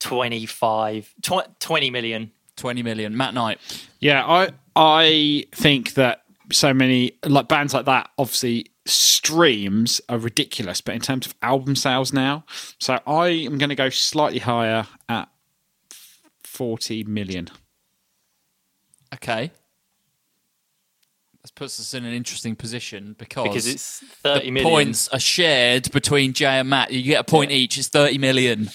Speaker 4: 25, tw- 20 million.
Speaker 2: 20 million. Matt Knight.
Speaker 3: Yeah, I I think that so many like bands like that obviously streams are ridiculous but in terms of album sales now so i am going to go slightly higher at 40 million
Speaker 2: Okay. This puts us in an interesting position because,
Speaker 4: because it's thirty
Speaker 2: the
Speaker 4: million.
Speaker 2: points are shared between Jay and Matt. You get a point each. It's 30 million.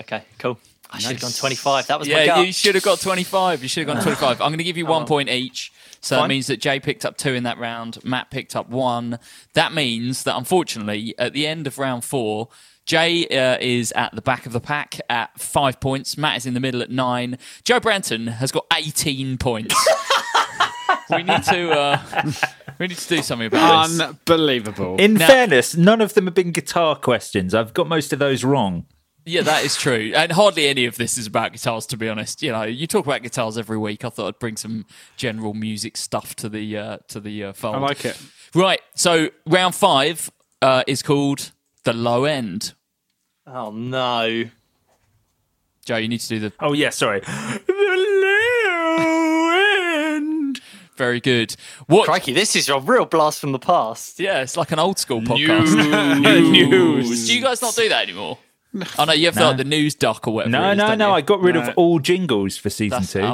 Speaker 4: Okay, cool. I should have gone twenty-five. That was my
Speaker 2: Yeah,
Speaker 4: gut.
Speaker 2: you should have got 25. You should have got 25. I'm going to give you one point each. So that
Speaker 4: Fine.
Speaker 2: means that Jay picked up two in that round, Matt picked up one. That means that unfortunately, at the end of round four, Jay uh, is at the back of the pack at five points. Matt is in the middle at nine. Joe Branton has got 18 points. we need to uh, we need to do something about this.
Speaker 3: unbelievable
Speaker 1: In
Speaker 2: Now-
Speaker 1: fairness, none of them have been guitar questions. I've got most of those wrong.
Speaker 2: Yeah, that is true. And hardly any of this is about guitars, to be honest. You know, you talk about guitars every week. I thought I'd bring some general music stuff to the uh, to the uh, fold.
Speaker 3: i like it
Speaker 2: Right. So round five uh, is called the low end.
Speaker 4: Oh no!
Speaker 2: Joe, you need to do the
Speaker 1: Oh yeah, sorry. the low end.
Speaker 2: very good. What?
Speaker 4: Crikey, this is a real blast from the past.
Speaker 2: Yeah, it's like an old school podcast.
Speaker 3: news
Speaker 2: do you guys not do that anymore? I know you have like the news duck or whatever.
Speaker 1: No,
Speaker 2: it is,
Speaker 1: no,
Speaker 2: don't
Speaker 1: no.
Speaker 2: you?
Speaker 1: I got rid of all jingles for season
Speaker 2: That's
Speaker 1: two. There are no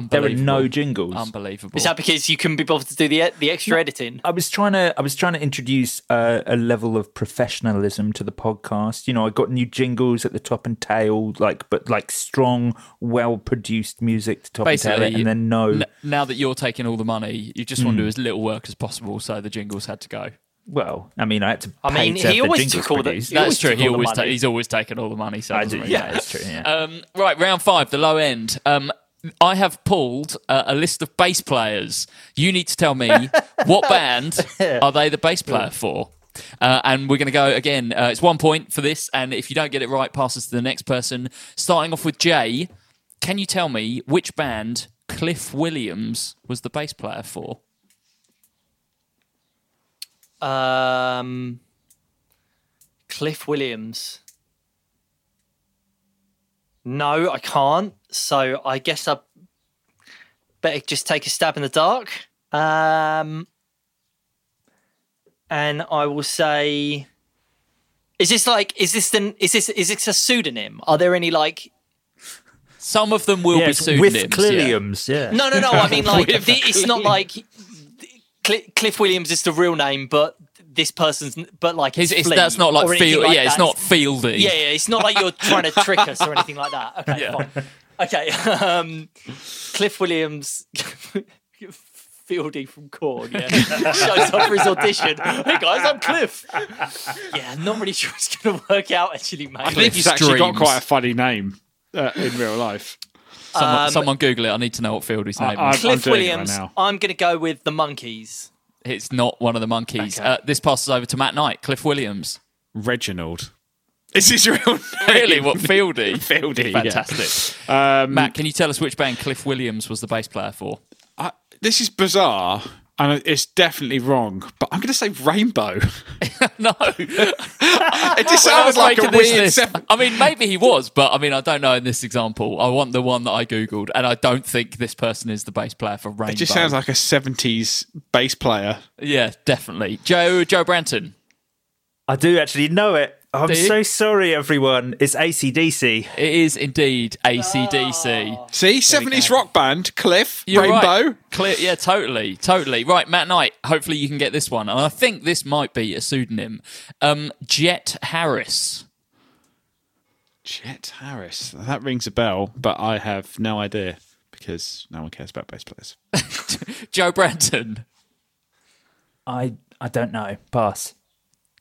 Speaker 2: unbelievable.
Speaker 1: jingles.
Speaker 2: Unbelievable.
Speaker 4: Is that because you couldn't be bothered to do the the extra editing?
Speaker 1: I was trying to I was trying to introduce uh, a, a level of professionalism to the podcast. You know, I got new jingles at the top and tail, like but like strong, well produced music to top and tail,
Speaker 2: Basically,
Speaker 1: and then no.
Speaker 2: n- now that you're taking all the money, you just want to do as little work as possible, so the jingles had to go.
Speaker 1: well, I mean, I had to.
Speaker 4: I
Speaker 1: pay
Speaker 4: mean,
Speaker 1: to
Speaker 4: he
Speaker 1: have the
Speaker 4: always
Speaker 1: jingles
Speaker 4: took all the-
Speaker 1: produced.
Speaker 4: he
Speaker 2: That's
Speaker 4: always
Speaker 2: true.
Speaker 4: took
Speaker 2: He
Speaker 4: all the
Speaker 2: always ta-
Speaker 4: money.
Speaker 2: he's always taken all the money. So it
Speaker 1: I
Speaker 2: doesn't
Speaker 1: did-
Speaker 2: really
Speaker 1: yeah,
Speaker 2: matter.
Speaker 1: that's true. Yeah.
Speaker 2: Um, right, round five, the low end. Um, I have pulled uh, a list of bass players. You need to tell me what band are they the bass player for? Uh, and we're going to go again. Uh, it's one point for this, and if you don't get it right, passes to the next person. Starting off with Jay, can you tell me which band Cliff Williams was the bass player for?
Speaker 4: Um, Cliff Williams. No, I can't. So I guess I better just take a stab in the dark. Um, and I will say, is this like, is this then, is this, is this a pseudonym? Are there any like,
Speaker 2: Some of them will
Speaker 1: Yeah,
Speaker 2: be
Speaker 1: it's
Speaker 2: pseudonyms.
Speaker 1: with
Speaker 2: yeah.
Speaker 1: Cliliums, yeah.
Speaker 4: no, no, no. I mean, like, the, it's not like Cl- Cliff Williams is the real name, but this person's, but like,
Speaker 2: It's,
Speaker 4: it's,
Speaker 2: it's,
Speaker 4: Flea
Speaker 2: that's not
Speaker 4: or
Speaker 2: like
Speaker 4: anything
Speaker 2: field. yeah, it's
Speaker 4: that.
Speaker 2: not fieldy.
Speaker 4: Yeah, yeah, it's not like you're trying to trick us or anything like that. Okay, fine. Okay, um, Cliff Williams, Fieldy from Corn, yeah, shows up for his audition. Hey guys, I'm Cliff. Yeah, I'm not really sure it's going to work out actually, mate.
Speaker 3: i think he's actually got
Speaker 2: Streams.
Speaker 3: quite a funny name uh, in real life
Speaker 2: Someone,
Speaker 4: Um,
Speaker 2: someone Google it. I need to know what Fieldy's name
Speaker 3: I-
Speaker 2: is.
Speaker 3: I'm
Speaker 4: Cliff
Speaker 3: doing it right
Speaker 4: Williams.
Speaker 3: now.
Speaker 4: I'm going to go with the Monkeys.
Speaker 2: It's not one of the monkeys.
Speaker 4: Okay.
Speaker 2: Uh, this passes over to Matt Knight, Cliff Williams.
Speaker 3: reginald is his real name
Speaker 2: Really? What Fieldy?
Speaker 3: Fieldy, yeah.
Speaker 2: Fantastic.
Speaker 3: um,
Speaker 2: Matt, can you tell us which band Cliff Williams was the bass player for?
Speaker 3: I, this is bizarre and it's definitely wrong, but I'm going to say Rainbow.
Speaker 2: no.
Speaker 3: It just
Speaker 2: I
Speaker 3: sounds
Speaker 2: was
Speaker 3: like a
Speaker 2: making this
Speaker 3: weird.
Speaker 2: list-
Speaker 3: sep-
Speaker 2: I mean, maybe he was, but I mean, I don't know in this example. I want the one that I Googled, and I don't think this person is the bass player for Rainbow.
Speaker 3: it just sounds like a 70s bass player.
Speaker 2: Yeah, definitely. Joe Joe Branton.
Speaker 1: I do actually know it. I'm
Speaker 2: Do you?
Speaker 1: so sorry, everyone. It's ACDC.
Speaker 2: It is indeed ACDC.
Speaker 3: See, 70s rock band, Cliff,
Speaker 2: You're
Speaker 3: Rainbow.
Speaker 2: Right. Clear, yeah, totally, totally. Right, Matt Knight. Hopefully, you can get this one, and I think this might be a pseudonym. Um, Jet Harris.
Speaker 3: Jet Harris. That rings a bell, but I have no idea because no one cares about bass players.
Speaker 2: Joe Branton.
Speaker 1: I I don't know. Pass.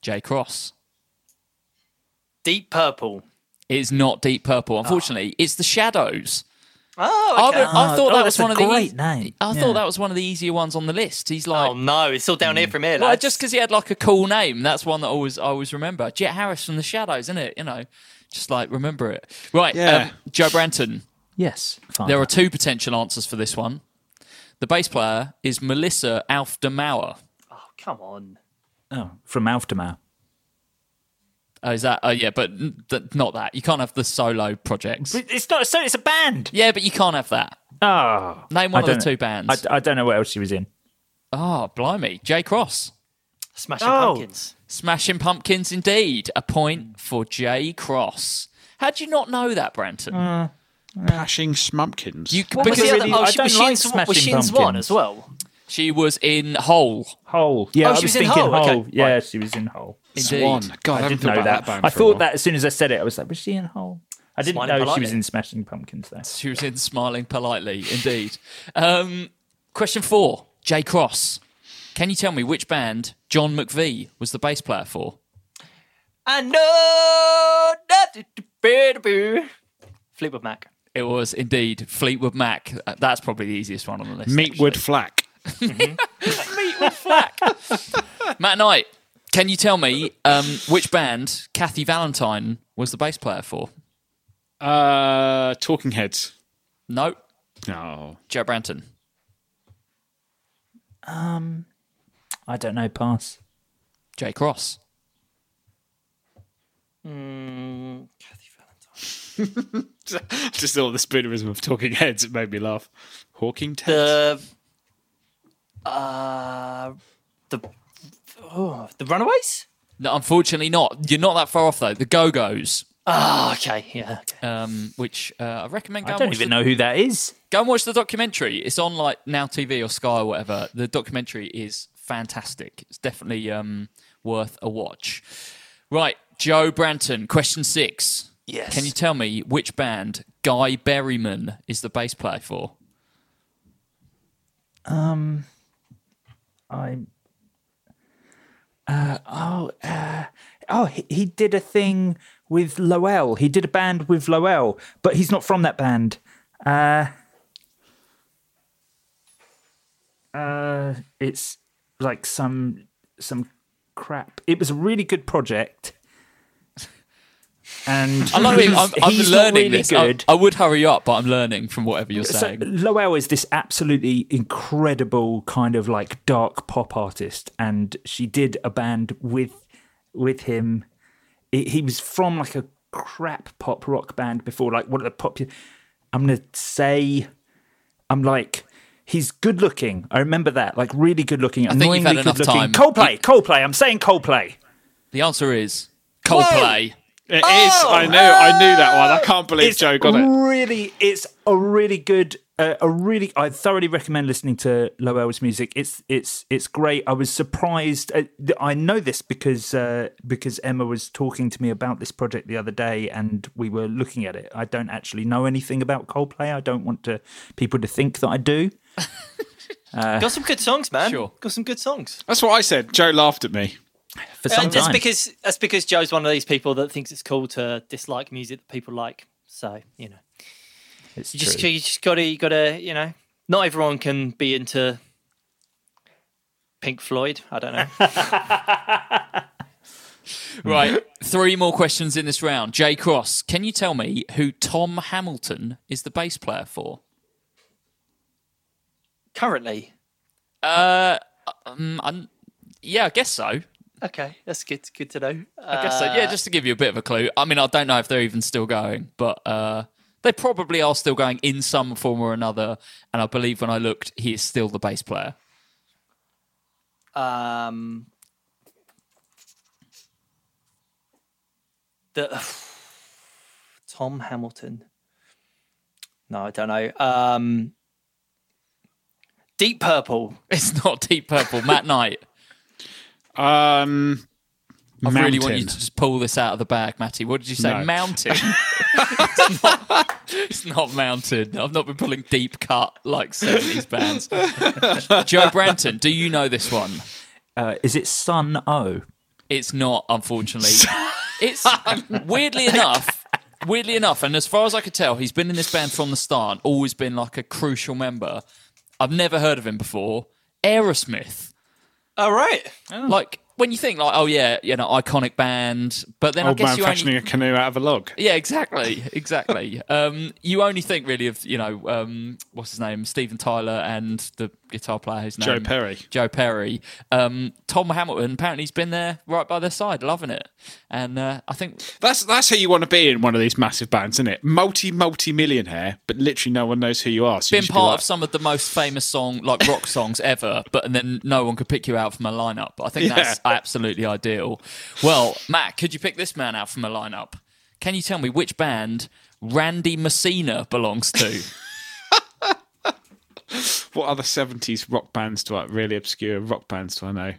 Speaker 2: Jay Cross.
Speaker 4: Deep Purple.
Speaker 2: It's not Deep Purple, unfortunately. It's the Shadows.
Speaker 4: Oh,
Speaker 2: I,
Speaker 4: okay.
Speaker 2: I
Speaker 1: Oh,
Speaker 2: thought
Speaker 1: Ah. oh,
Speaker 2: that was
Speaker 1: that's a
Speaker 2: one of the
Speaker 1: great
Speaker 2: eas-
Speaker 1: name.
Speaker 2: I
Speaker 1: Yeah.
Speaker 2: thought that was one of the easier ones on the list. He's like,
Speaker 4: Oh no, it's all down here from here.
Speaker 2: well,
Speaker 4: lads.
Speaker 2: just because he had like a cool name, that's one that I always I always remember. Jet Harris from the Shadows, isn't it? You know, just like remember it. Right,
Speaker 3: Yeah.
Speaker 2: um, Joe Branton.
Speaker 1: Yes. Fine.
Speaker 2: There are two potential answers for this one. The bass player is Melissa Alf de Mauer.
Speaker 4: Oh, come on.
Speaker 1: oh, from mouth to mouth.
Speaker 2: Oh, is that? Oh, yeah, but n- th- not that. You can't have the solo projects.
Speaker 1: It's not a song. It's a band.
Speaker 2: yeah, but you can't have that.
Speaker 1: Oh,
Speaker 2: Name
Speaker 1: I
Speaker 2: one of the
Speaker 1: don't-
Speaker 2: two bands.
Speaker 1: I, I don't know what else she was in.
Speaker 2: Oh, blimey. Jay Cross.
Speaker 4: Smashing
Speaker 1: Oh.
Speaker 4: Pumpkins.
Speaker 2: Smashing Pumpkins indeed. A point for Jay Cross. How do you not know that, Branton?
Speaker 1: Mm.
Speaker 3: Pashing smumpkins.
Speaker 2: you,
Speaker 4: What was
Speaker 2: because
Speaker 4: the other?
Speaker 1: really-
Speaker 4: oh,
Speaker 1: I
Speaker 4: she
Speaker 1: don't
Speaker 4: was
Speaker 1: like
Speaker 4: Shin, Swan- was
Speaker 1: Smashing
Speaker 4: Shin Swan
Speaker 1: Pumpkins.
Speaker 4: as well.
Speaker 2: she was in Hole.
Speaker 1: Hole. Yeah,
Speaker 4: Oh,
Speaker 1: I
Speaker 4: she
Speaker 1: was,
Speaker 4: was in
Speaker 1: thinking
Speaker 4: Hole, okay.
Speaker 1: Yeah, she was in Hole.
Speaker 2: Indeed.
Speaker 3: Swan. God, I,
Speaker 1: I
Speaker 3: haven't
Speaker 1: didn't
Speaker 3: thought
Speaker 1: know
Speaker 3: about
Speaker 1: that.
Speaker 3: that. band
Speaker 1: I
Speaker 3: for a
Speaker 1: thought
Speaker 3: while.
Speaker 1: that as soon as I said it, I was like, was she in Hole? I didn't
Speaker 4: Smiling
Speaker 1: know she
Speaker 4: Politely.
Speaker 1: was in Smashing Pumpkins though.
Speaker 2: She was in Smiling Politely indeed. Um, question four Jay Cross. Can you tell me which band John McVie was the bass player for?
Speaker 4: I know that Fleetwood Mac.
Speaker 2: It was indeed Fleetwood Mac. Uh, That's probably the easiest one on the list.
Speaker 3: Meatwood Flack.
Speaker 2: actually. Matt Knight, can you tell me um, which band Kathy Valentine was the bass player for?
Speaker 3: Uh, Talking Heads.
Speaker 2: No,
Speaker 3: No.
Speaker 2: Joe Branton.
Speaker 1: I don't know. Pass.
Speaker 2: Jay Cross.
Speaker 3: Just thought the spoonerism of Talking Heads it made me laugh. Hawking Ted.
Speaker 4: The uh the oh the Runaways.
Speaker 2: No, unfortunately not. You're not that far off though. The Go Go's,
Speaker 4: Oh, okay, yeah. Okay.
Speaker 2: um, which uh, I recommend. Go
Speaker 1: I
Speaker 2: and
Speaker 1: don't
Speaker 2: watch
Speaker 1: even
Speaker 2: the-
Speaker 1: know who that is.
Speaker 2: Go and watch the documentary. It's on like Now TV or Sky or whatever. The documentary is fantastic. It's definitely um, worth a watch. Right, Joe Branton. Question six.
Speaker 4: Yes.
Speaker 2: Can you tell me which band Guy Berryman is the bass player for?
Speaker 1: I'm. oh, Uh, oh, uh, oh, he, he did a thing with Lowell. He did a band with Lowell, but he's not from that band. Uh, uh, it's like some some crap. It was a really good project. And
Speaker 2: I love it. I'm, I'm
Speaker 1: he's not
Speaker 2: learning
Speaker 1: really
Speaker 2: this. I- I, would hurry up, but I'm learning from whatever you're
Speaker 1: so
Speaker 2: saying.
Speaker 1: Lowell is this absolutely incredible kind of like dark pop artist, and she did a band with with him. It, he was from like a crap pop rock band before, like one of the popular. I'm gonna say, I'm like. He's good looking. I remember that, like really good looking,
Speaker 2: think you've
Speaker 1: annoyingly
Speaker 2: had
Speaker 1: good
Speaker 2: enough
Speaker 1: looking.
Speaker 2: time.
Speaker 1: Coldplay,
Speaker 2: You-
Speaker 1: Coldplay. I'm saying Coldplay.
Speaker 2: the answer is Coldplay.
Speaker 3: It is.
Speaker 2: Oh!
Speaker 3: I know. I knew that one. I can't believe
Speaker 1: it's
Speaker 3: Joe got it.
Speaker 1: really it's a really good uh, a really I thoroughly recommend listening to Lowell's music. It's it's it's great. I was surprised. Uh, th- I know this because uh, because Emma was talking to me about this project the other day, and we were looking at it. I don't actually know anything about Coldplay. I don't want to people to think that I do.
Speaker 4: Got some good songs, man.
Speaker 2: Sure.
Speaker 4: Got some good songs.
Speaker 3: That's what I said. Joe laughed at me.
Speaker 1: For some
Speaker 4: And that's
Speaker 1: time.
Speaker 4: because that's because Joe's one of these people that thinks it's cool to dislike music that people like. So you know,
Speaker 1: it's
Speaker 4: you just
Speaker 1: true.
Speaker 4: you just gotta you gotta you know, not everyone can be into Pink Floyd. I don't know.
Speaker 2: Right. Three more questions in this round. Jay Cross, can you tell me who Tom Hamilton is the bass player for?
Speaker 4: Currently,
Speaker 2: Uh, um, I'm- yeah, I guess so.
Speaker 4: okay, that's good. Good to know.
Speaker 2: I guess so. Yeah, just to give you a bit of a clue. I mean, I don't know if they're even still going, but uh, they probably are still going in some form or another. And I believe when I looked, he is still the bass player.
Speaker 4: Um, the Tom Hamilton. No, I don't know. Um, Deep Purple.
Speaker 2: It's not Deep Purple. Matt Knight.
Speaker 3: Um,
Speaker 2: I
Speaker 3: Mountain.
Speaker 2: really want you to just pull this out of the bag, Matty. What did you say?
Speaker 3: No.
Speaker 2: Mountain. it's, not, it's not mountain. I've not been pulling deep cut like seventies bands. Joe Branton, do you know this one?
Speaker 1: uh, is it Sun O?
Speaker 2: It's not, unfortunately. it's um, weirdly enough. Weirdly enough, and as far as I could tell, he's been in this band from the start, always been like a crucial member. I've never heard of him before. Aerosmith.
Speaker 3: Oh.
Speaker 4: All right.
Speaker 2: Like when you think like, oh yeah, you know, iconic band, but then I
Speaker 3: Old
Speaker 2: guess
Speaker 3: man
Speaker 2: you
Speaker 3: fashioning
Speaker 2: only
Speaker 3: a canoe out of a log.
Speaker 2: yeah, exactly, exactly. um, you only think really of you know um, what's his name, Steven Tyler, and the guitar player whose name
Speaker 3: Joe Perry.
Speaker 2: Joe Perry. Um, Tom Hamilton apparently he's been there right by their side, loving it, and uh, I think
Speaker 3: That's that's who you want to be in one of these massive bands, isn't it? Multi multi millionaire, but literally no one knows who you are. So you
Speaker 2: been
Speaker 3: should be
Speaker 2: part
Speaker 3: like-
Speaker 2: of some of the most famous song like rock songs ever but and then no one could pick you out from a lineup i think that's
Speaker 3: Yeah.
Speaker 2: absolutely ideal well matt could you pick this man out from a lineup can you tell me which band randy messina belongs to
Speaker 3: what other seventies rock bands do I really obscure rock bands do I know?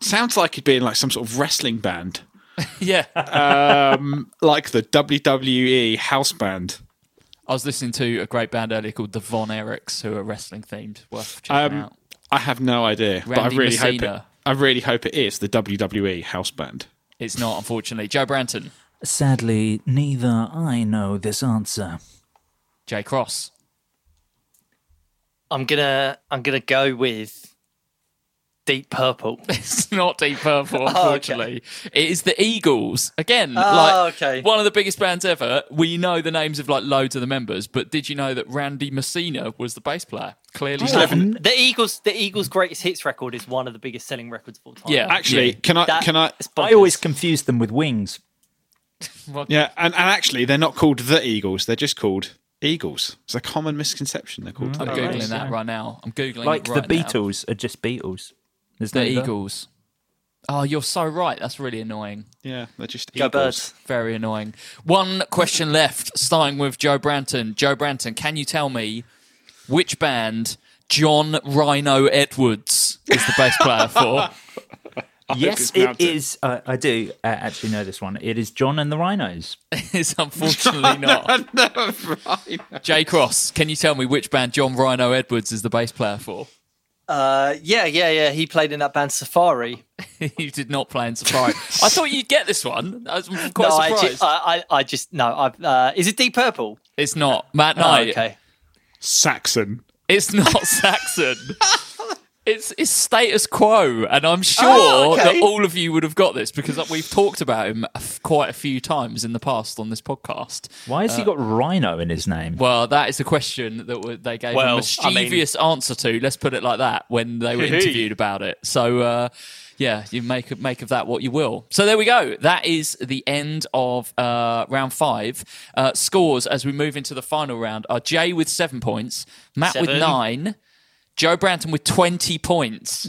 Speaker 3: Sounds like he'd be in like some sort of wrestling band,
Speaker 2: yeah i
Speaker 3: like the WWE house band.
Speaker 2: was listening to a great band earlier called the von erichs who are wrestling themed worth checking
Speaker 3: Um,
Speaker 2: out
Speaker 3: I have no idea, but I
Speaker 2: Randy
Speaker 3: really hope it,
Speaker 2: Messina.
Speaker 3: I really hope it is the WWE house band.
Speaker 2: it's not unfortunately joe branton
Speaker 1: Sadly, neither I know this answer.
Speaker 2: jay cross
Speaker 4: I'm gonna I'm gonna go with Deep Purple.
Speaker 2: It's not Deep Purple, unfortunately. It is the Eagles again.
Speaker 4: Oh,
Speaker 2: like
Speaker 4: okay.
Speaker 2: one of the biggest bands ever. We know the names of like loads of the members, but did you know that Randy Messina was the bass player?
Speaker 4: Oh.
Speaker 2: Clearly,
Speaker 4: The Eagles the Eagles' greatest hits record is one of the biggest selling records of all time.
Speaker 2: yeah.
Speaker 3: Actually, can I
Speaker 4: That
Speaker 3: can I
Speaker 4: is bonkers.
Speaker 1: I always confuse them with wings.
Speaker 3: Yeah, and, and actually, they're not called the Eagles. They're just called Eagles. It's a common misconception. They're called.
Speaker 2: I'm
Speaker 3: the
Speaker 2: googling
Speaker 3: Eagles.
Speaker 2: that right now. I'm googling
Speaker 1: Like
Speaker 2: it right
Speaker 1: the
Speaker 2: now.
Speaker 1: Beatles are just Beatles. There's
Speaker 2: The
Speaker 1: no other.
Speaker 2: Eagles. Oh, you're so right. That's really annoying.
Speaker 3: Yeah, they're just
Speaker 4: Go
Speaker 3: Eagles.
Speaker 4: birds.
Speaker 2: Very annoying. One question left, starting with Joe Branton. Joe Branton, can you tell me which band John Rhino Edwards is the bass player for?
Speaker 1: Yes,
Speaker 3: it's
Speaker 1: it
Speaker 3: mountain.
Speaker 1: is. Uh, I do uh, actually know this one. It is John and the Rhinos.
Speaker 2: It's unfortunately not. Jay Cross, can you tell me which band John Rhino Edwards is the bass player for?
Speaker 4: Uh, yeah, yeah, yeah. He played in that band Safari.
Speaker 2: you did not play in Safari. I thought you'd get this one. I was quite
Speaker 4: no, I, ju-
Speaker 2: surprised.
Speaker 4: I, I, I just no. I uh, is it Deep Purple?
Speaker 2: it's not Matt
Speaker 4: Oh,
Speaker 2: Knight.
Speaker 4: okay.
Speaker 3: Saxon.
Speaker 2: It's not Saxon. It's, it's status quo, and I'm sure
Speaker 4: Oh, okay.
Speaker 2: that all of you would have got this because we've talked about him a f- quite a few times in the past on this podcast.
Speaker 1: Why has he got Rhino in his name?
Speaker 2: Uh, Well, that is the question that w- they gave
Speaker 4: Well, I
Speaker 2: a
Speaker 4: mean-
Speaker 2: mischievous answer to. Let's put it like that when they were interviewed about it. So, uh, yeah, you make make of that what you will. So there we go. That is the end of uh, round five. Uh, scores as we move into the final round are Jay with seven points, Matt with
Speaker 4: Seven.
Speaker 2: nine, Joe Branton with twenty points.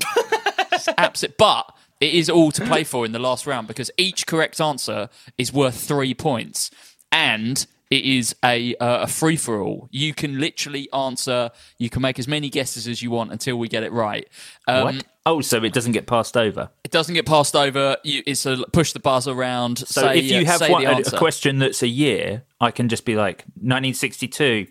Speaker 2: Absolute, but. It is all to play for in the last round because each correct answer is worth three points, and it is a uh, a free for all. You can literally answer. You can make as many guesses as you want until we get it right. Um,
Speaker 1: what? Oh, so it doesn't get passed over.
Speaker 2: It doesn't get passed over. You, it's a push the buzzer around.
Speaker 1: So
Speaker 2: say,
Speaker 1: if you
Speaker 2: uh,
Speaker 1: have
Speaker 2: say
Speaker 1: one,
Speaker 2: the
Speaker 1: a,
Speaker 2: answer.
Speaker 1: a question that's a year, I can just be like 1962,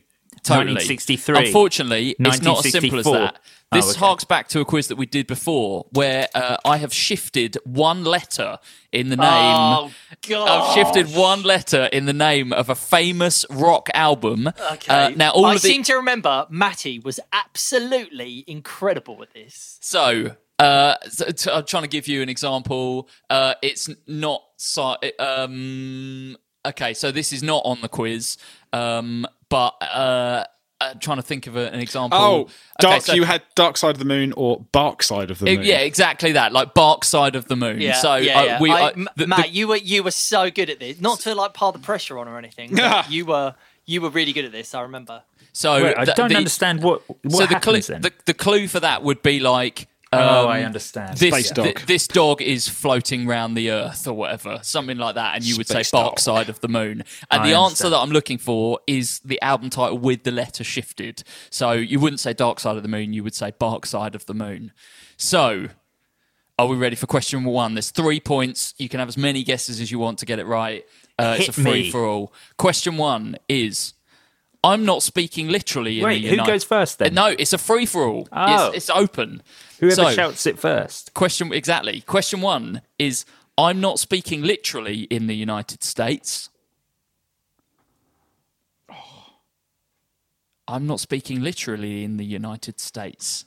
Speaker 2: Totally.
Speaker 1: 1963.
Speaker 2: Unfortunately, it's not as simple as
Speaker 1: 1964.
Speaker 2: that. This
Speaker 1: Oh, okay.
Speaker 2: harks back to a quiz that we did before, where uh, I have shifted one letter in the name.
Speaker 4: Oh God!
Speaker 2: I've shifted one letter in the name of a famous rock album.
Speaker 4: Okay.
Speaker 2: Uh, now all
Speaker 4: I
Speaker 2: of the
Speaker 4: seem to remember Matty was absolutely incredible at this.
Speaker 2: so. Uh, so t- I'm trying to give you an example. Uh, it's not. So, um, okay, so this is not on the quiz, um, but uh, I'm trying to think of a- an example.
Speaker 3: Oh, Dark.
Speaker 2: Okay, so-
Speaker 3: you had Dark Side of the Moon or Bark Side of the Moon.
Speaker 2: Yeah, exactly that. Like Bark Side of the Moon.
Speaker 4: Yeah.
Speaker 2: so
Speaker 4: yeah,
Speaker 2: uh,
Speaker 4: yeah.
Speaker 2: we,
Speaker 4: I-
Speaker 2: uh,
Speaker 4: M-
Speaker 2: the- the-
Speaker 4: Matt, you were you were so good at this. Not to like pile the pressure on or anything. but you were you were really good at this. I remember.
Speaker 2: so
Speaker 1: Wait, I
Speaker 2: the-
Speaker 1: don't
Speaker 2: the-
Speaker 1: understand what what
Speaker 2: so the clue,
Speaker 1: happens then.
Speaker 2: the, the clue for that would be like. Um,
Speaker 1: Oh, I understand.
Speaker 2: This
Speaker 3: Space dog.
Speaker 2: thi- this dog is floating round the earth or whatever, something like that, and you would
Speaker 3: Space
Speaker 2: say Bark
Speaker 3: dog.
Speaker 2: Side of the Moon. And
Speaker 1: I
Speaker 2: the answer
Speaker 1: understand.
Speaker 2: that I'm looking for is the album title with the letter shifted. So you wouldn't say Dark Side of the Moon, you would say Bark Side of the Moon. So are we ready for question one? There's three points. You can have as many guesses as you want to get it right. Uh, it's a
Speaker 1: Hit me.
Speaker 2: free for all. Question one is I'm not speaking literally. In
Speaker 1: Wait,
Speaker 2: the
Speaker 1: who
Speaker 2: United-
Speaker 1: goes first then?
Speaker 2: No, it's a free for all.
Speaker 1: Oh.
Speaker 2: It's, it's open.
Speaker 1: Whoever
Speaker 2: so,
Speaker 1: shouts it first.
Speaker 2: Question exactly. Question one is: I'm not speaking literally in the United States. Oh. I'm not speaking literally in the United States.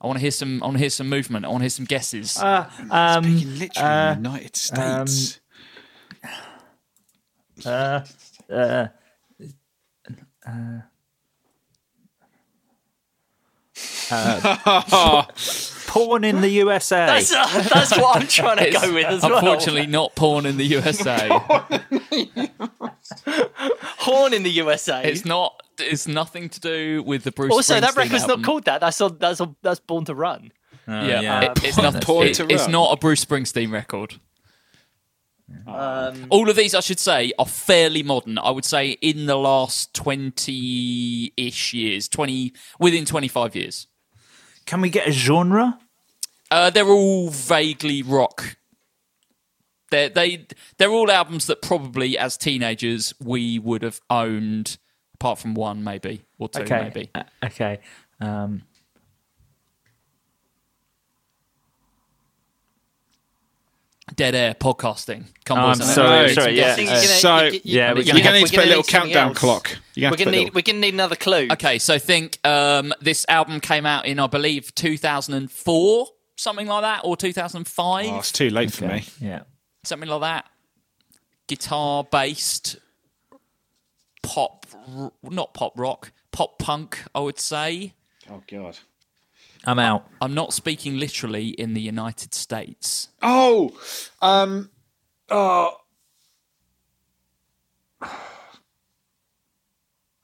Speaker 2: I want to hear some. I want to hear some movement. I want to hear some guesses.
Speaker 1: Uh, um,
Speaker 3: Speaking literally
Speaker 1: uh,
Speaker 3: in the United States.
Speaker 1: uh, uh, porn in the USA.
Speaker 4: That's, that's what I'm trying to
Speaker 2: It's
Speaker 4: go with as well.
Speaker 2: unfortunately not porn in the USA.
Speaker 4: Horn in the USA.
Speaker 2: it's not. It's nothing to do with the Bruce.
Speaker 4: also, that
Speaker 2: Springsteen
Speaker 4: record's
Speaker 2: album.
Speaker 4: not called that. That's on, that's on, that's Born to Run.
Speaker 2: Yeah, it- it's not.
Speaker 1: Porn
Speaker 2: it-
Speaker 3: to
Speaker 2: it's
Speaker 3: Run.
Speaker 2: not a Bruce Springsteen record. All of these, I should say, are fairly modern. I would say in the last twenty-ish years, twenty within twenty-five years.
Speaker 1: Can we get a genre?
Speaker 2: Uh, they're all vaguely rock. They're, they they're all albums that probably as teenagers we would have owned, apart from one maybe or two
Speaker 1: Okay.
Speaker 2: maybe.
Speaker 1: Uh, okay. Um,
Speaker 2: Dead Air podcasting. Come
Speaker 1: Oh,
Speaker 2: on,
Speaker 1: I'm
Speaker 2: boys.
Speaker 1: sorry,
Speaker 3: No.
Speaker 1: sorry, yeah.
Speaker 4: I think
Speaker 1: uh,
Speaker 4: you're gonna-
Speaker 3: so,
Speaker 4: you- you-
Speaker 1: yeah, we're
Speaker 4: I think
Speaker 1: gonna
Speaker 4: you're
Speaker 3: have to put a
Speaker 4: need
Speaker 3: little
Speaker 4: something
Speaker 3: countdown
Speaker 4: else.
Speaker 3: clock. You're gonna
Speaker 4: We're
Speaker 3: have to
Speaker 4: gonna
Speaker 3: put a
Speaker 4: need
Speaker 3: little-
Speaker 4: we're gonna need another clue.
Speaker 2: Okay, so think um, this album came out in I believe 2004, something like that, or 2005,
Speaker 3: Oh, it's too late for me.
Speaker 1: yeah.
Speaker 2: something like that. Guitar based pop, r- not pop rock, pop punk, I would say.
Speaker 3: Oh god.
Speaker 1: I'm out.
Speaker 2: I'm not speaking literally in the United States.
Speaker 3: Oh, um, oh.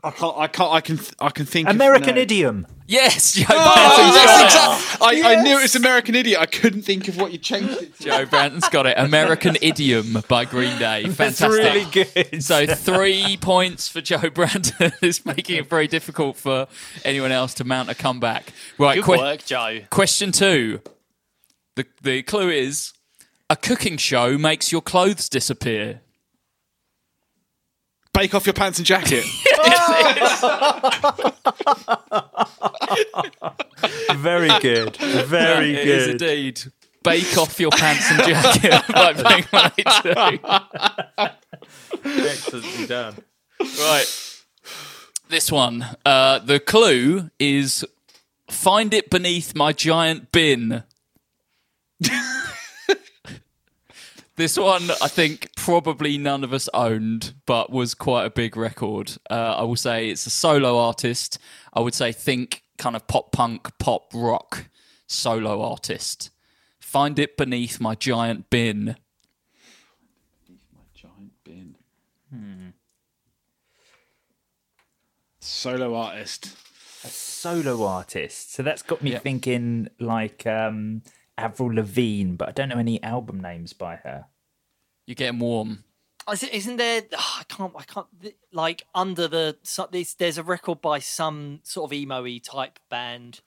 Speaker 3: I can't. I can't. I can. I can think.
Speaker 1: American
Speaker 3: of, no.
Speaker 1: idiom.
Speaker 2: Yes, Joe
Speaker 3: Oh,
Speaker 2: Branton's
Speaker 3: that's
Speaker 2: got it.
Speaker 3: exact- I, I knew it was American Idiot. I couldn't think of what you changed it to.
Speaker 2: Joe Branton's got it. American Idiom by Green Day. Fantastic.
Speaker 1: good.
Speaker 2: So three points for Joe Brandon is making it very difficult for anyone else to mount a comeback. Right,
Speaker 4: Good
Speaker 2: que-
Speaker 4: work, Joe.
Speaker 2: question two. The the clue is a cooking show makes your clothes disappear.
Speaker 3: Bake off your pants and jacket.
Speaker 1: very good. Very
Speaker 2: It is
Speaker 1: good.
Speaker 2: indeed. Bake off your pants and jacket by Blink 182.
Speaker 1: Excellently done.
Speaker 2: Right. This one. Uh, the clue is find it beneath my giant bin. this one, I think, probably none of us owned, but was quite a big record. Uh, I will say it's a solo artist. I would say think kind of pop punk, pop rock solo artist. Find it beneath my giant bin.
Speaker 3: Giant bin. Solo artist.
Speaker 1: Solo artist. So that's got me thinking like um, Avril Lavigne, but I don't know any album names by her.
Speaker 2: You're getting warm.
Speaker 4: Is it, isn't there? ah, I can't. I can't. th- Like under the so- there's, there's a record by some sort of emo-y type band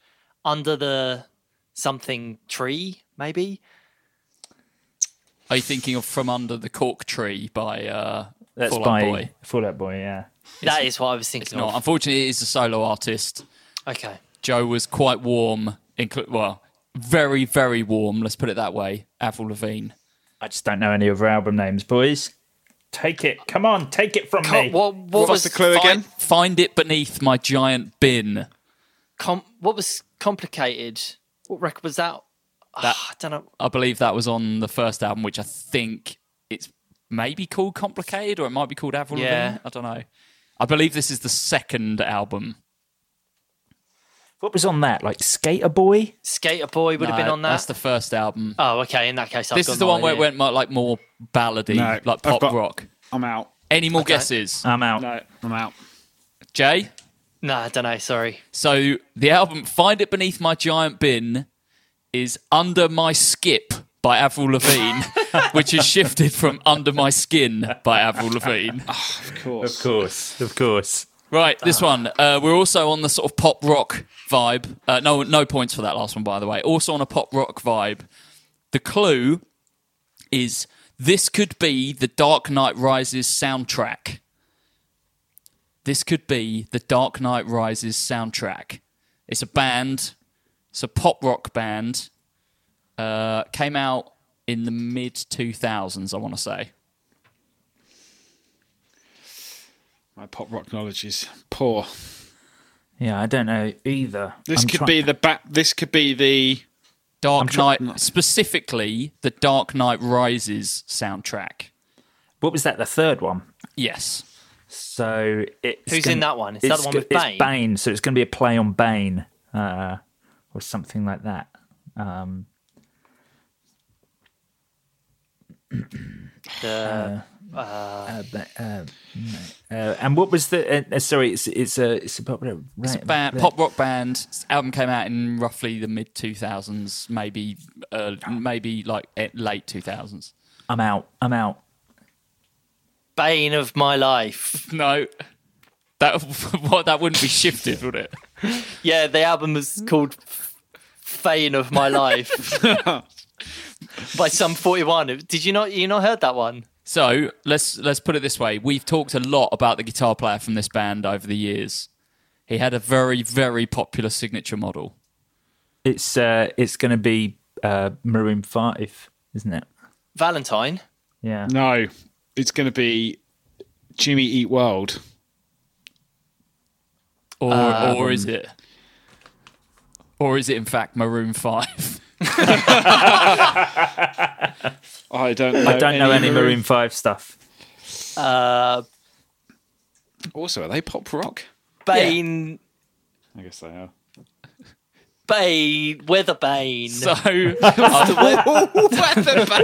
Speaker 4: under the something tree, maybe.
Speaker 2: Are you thinking of From Under the Cork Tree by uh,
Speaker 1: That's
Speaker 2: Fall Out
Speaker 1: by
Speaker 2: Boy?
Speaker 1: Fall Out Boy. Yeah.
Speaker 4: that is what I was
Speaker 2: It's
Speaker 4: thinking
Speaker 2: not.
Speaker 4: of.
Speaker 2: Unfortunately, it is a solo artist.
Speaker 4: Okay.
Speaker 2: Joe was quite warm, inclu- well, very, very warm, let's put it that way, Avril Lavigne.
Speaker 1: I just don't know any other album names, boys. Take it. Come on, take it from me.
Speaker 4: Can't- what what
Speaker 3: What's
Speaker 4: was
Speaker 3: the clue again?
Speaker 2: Find, find it beneath my giant bin.
Speaker 4: Com- what was complicated? What record was that?
Speaker 2: That-
Speaker 4: Ah, I don't know.
Speaker 2: I believe that was on the first album, which I think it's maybe called Complicated or it might be called Avril
Speaker 4: Yeah.
Speaker 2: Lavigne. I don't know. I believe this is the second album.
Speaker 1: What was on that? Like Skater Boy?
Speaker 4: Skater Boy would have been
Speaker 2: No,
Speaker 4: on that.
Speaker 2: Uh, That's the first album.
Speaker 4: oh, okay. In that case, I've
Speaker 2: this
Speaker 4: got
Speaker 2: is the
Speaker 4: no
Speaker 2: one where it
Speaker 4: idea.
Speaker 2: went more, like more ballady,
Speaker 3: No,
Speaker 2: like
Speaker 3: I've
Speaker 2: pop
Speaker 3: got-
Speaker 2: rock.
Speaker 3: I'm out.
Speaker 2: Any more guesses,
Speaker 1: I'm out.
Speaker 3: No, I'm out.
Speaker 2: Jay?
Speaker 4: No, I don't know. Sorry.
Speaker 2: So the album "Find It Beneath My Giant Bin" is "Under My Skip" by Avril Lavigne, which is shifted from "Under My Skin" by Avril Lavigne.
Speaker 3: Of course.
Speaker 1: course, of course.
Speaker 2: Right, this one. Uh, we're also on the sort of pop rock vibe. Uh, no, no points for that last one, by the way. Also on a pop rock vibe. The clue is this could be the Dark Knight Rises soundtrack. This could be the Dark Knight Rises soundtrack. It's a band. It's a pop rock band. Uh, came out in the mid two thousands. I want to say.
Speaker 3: My pop rock knowledge is poor.
Speaker 1: Yeah, I don't know either.
Speaker 3: This
Speaker 1: I'm
Speaker 3: could
Speaker 1: try-
Speaker 3: be the back. This could be the.
Speaker 2: Dark Knight, specifically the Dark Knight Rises soundtrack.
Speaker 1: What was that? The third one.
Speaker 2: Yes.
Speaker 1: So it's
Speaker 4: Who's
Speaker 1: gonna-
Speaker 4: in that one? Is that
Speaker 1: it's
Speaker 4: the one
Speaker 1: go-
Speaker 4: with
Speaker 1: it's
Speaker 4: Bane?
Speaker 1: Bane. So it's going to be a play on Bane, uh, or something like that. Um,
Speaker 4: The,
Speaker 1: uh, but, uh, no. Uh, and what was the? Uh, uh, sorry, it's it's a it's a pop rock.
Speaker 2: It's a ba- pop rock band. This album came out in roughly the mid 2000s, maybe uh, maybe like eh, late 2000s.
Speaker 1: I'm out. I'm out.
Speaker 4: bane of my life.
Speaker 2: No. That what that wouldn't be shifted, would it?
Speaker 4: Yeah, the album was called Fane of My Life by some 41. Did you not you not heard that one?
Speaker 2: So let's let's put it this way: we've talked a lot about the guitar player from this band over the years. He had a very very popular signature model.
Speaker 1: It's uh, it's going to be uh, Maroon Five, isn't it?
Speaker 4: Valentine.
Speaker 1: Yeah.
Speaker 3: No, it's going to be Jimmy Eat World.
Speaker 2: Or
Speaker 4: Um,
Speaker 2: or is it? Or is it in fact Maroon Five?
Speaker 3: I don't. Know
Speaker 1: I don't know any Maroon Five stuff.
Speaker 4: Uh,
Speaker 3: Also, are they pop rock?
Speaker 4: Bane
Speaker 3: I guess they are.
Speaker 4: Bane Weather Bane.
Speaker 2: So uh,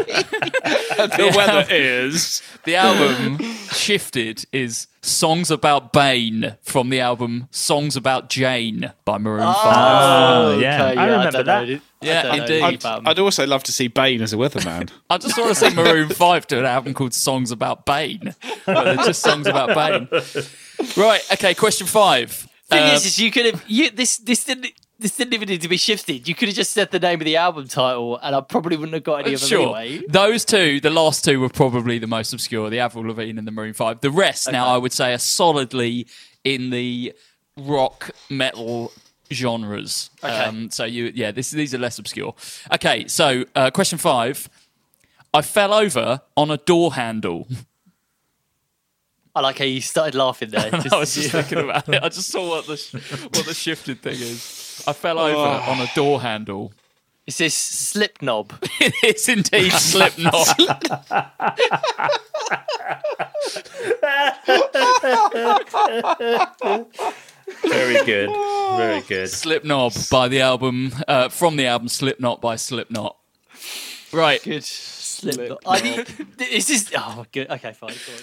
Speaker 3: The weather is.
Speaker 2: the album shifted is songs about Bane from the album Songs About Jane by Maroon Five.
Speaker 1: Oh, yeah, I remember
Speaker 4: don't
Speaker 1: that.
Speaker 4: know. Ah, I
Speaker 2: Yeah,
Speaker 4: don't know
Speaker 2: indeed.
Speaker 4: anything about 'em.
Speaker 3: I'd also love to see Bane as a weatherman.
Speaker 2: I just want to see Maroon 5 do an album called Songs About Bane. Where they're just songs about Bane. Right, okay, question five.
Speaker 4: thing
Speaker 2: Uh,
Speaker 4: is, is you could have you this this didn't this didn't even need to be shifted. You could have just said the name of the album title, and I probably wouldn't have got any of them
Speaker 2: sure.
Speaker 4: anyway.
Speaker 2: Those two, the last two were probably the most obscure, the Avril Lavigne and the Maroon 5. The rest now I would say are solidly in the rock metal genres. Um, so you yeah, this, these are less obscure. Okay, so uh, question 5. I fell over on a door handle.
Speaker 4: I like how you started laughing there. Just,
Speaker 2: I was just thinking about it. I just saw what the sh- what the shifted thing is. I fell over on a door handle.
Speaker 4: It's this slip knob.
Speaker 2: it's indeed Slipknot.
Speaker 6: Very good. Very good.
Speaker 2: Slipknot by the album uh, from the album Slipknot by Slipknot. Right,
Speaker 4: slip knob. I need, is this? Oh, good. Okay, fine. Go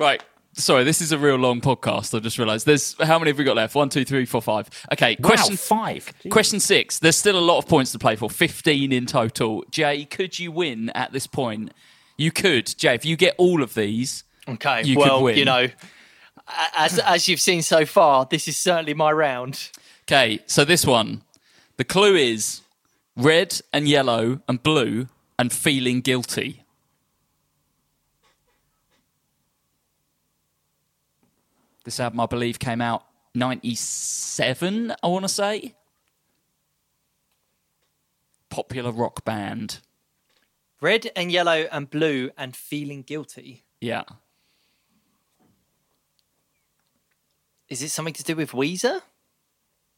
Speaker 4: on.
Speaker 2: right. Sorry, this is a real long podcast. I just realised. There's how many have we got left? One, two, three, four, five. Okay, question
Speaker 1: wow, five.
Speaker 2: Question six. There's still a lot of points to play for, 15 in total. Jay, could you win at this point? You could, Jay. If you get all of these,
Speaker 4: Okay.
Speaker 2: You could
Speaker 4: well,
Speaker 2: win.
Speaker 4: you know, a- as as you've seen so far, this is certainly my round.
Speaker 2: Okay, so this one. The clue is red and yellow and blue and feeling guilty. This album, I believe, came out 97, I want to say. Popular rock band.
Speaker 4: Red and yellow and blue and feeling guilty.
Speaker 2: Yeah.
Speaker 4: Is it something to do with Weezer?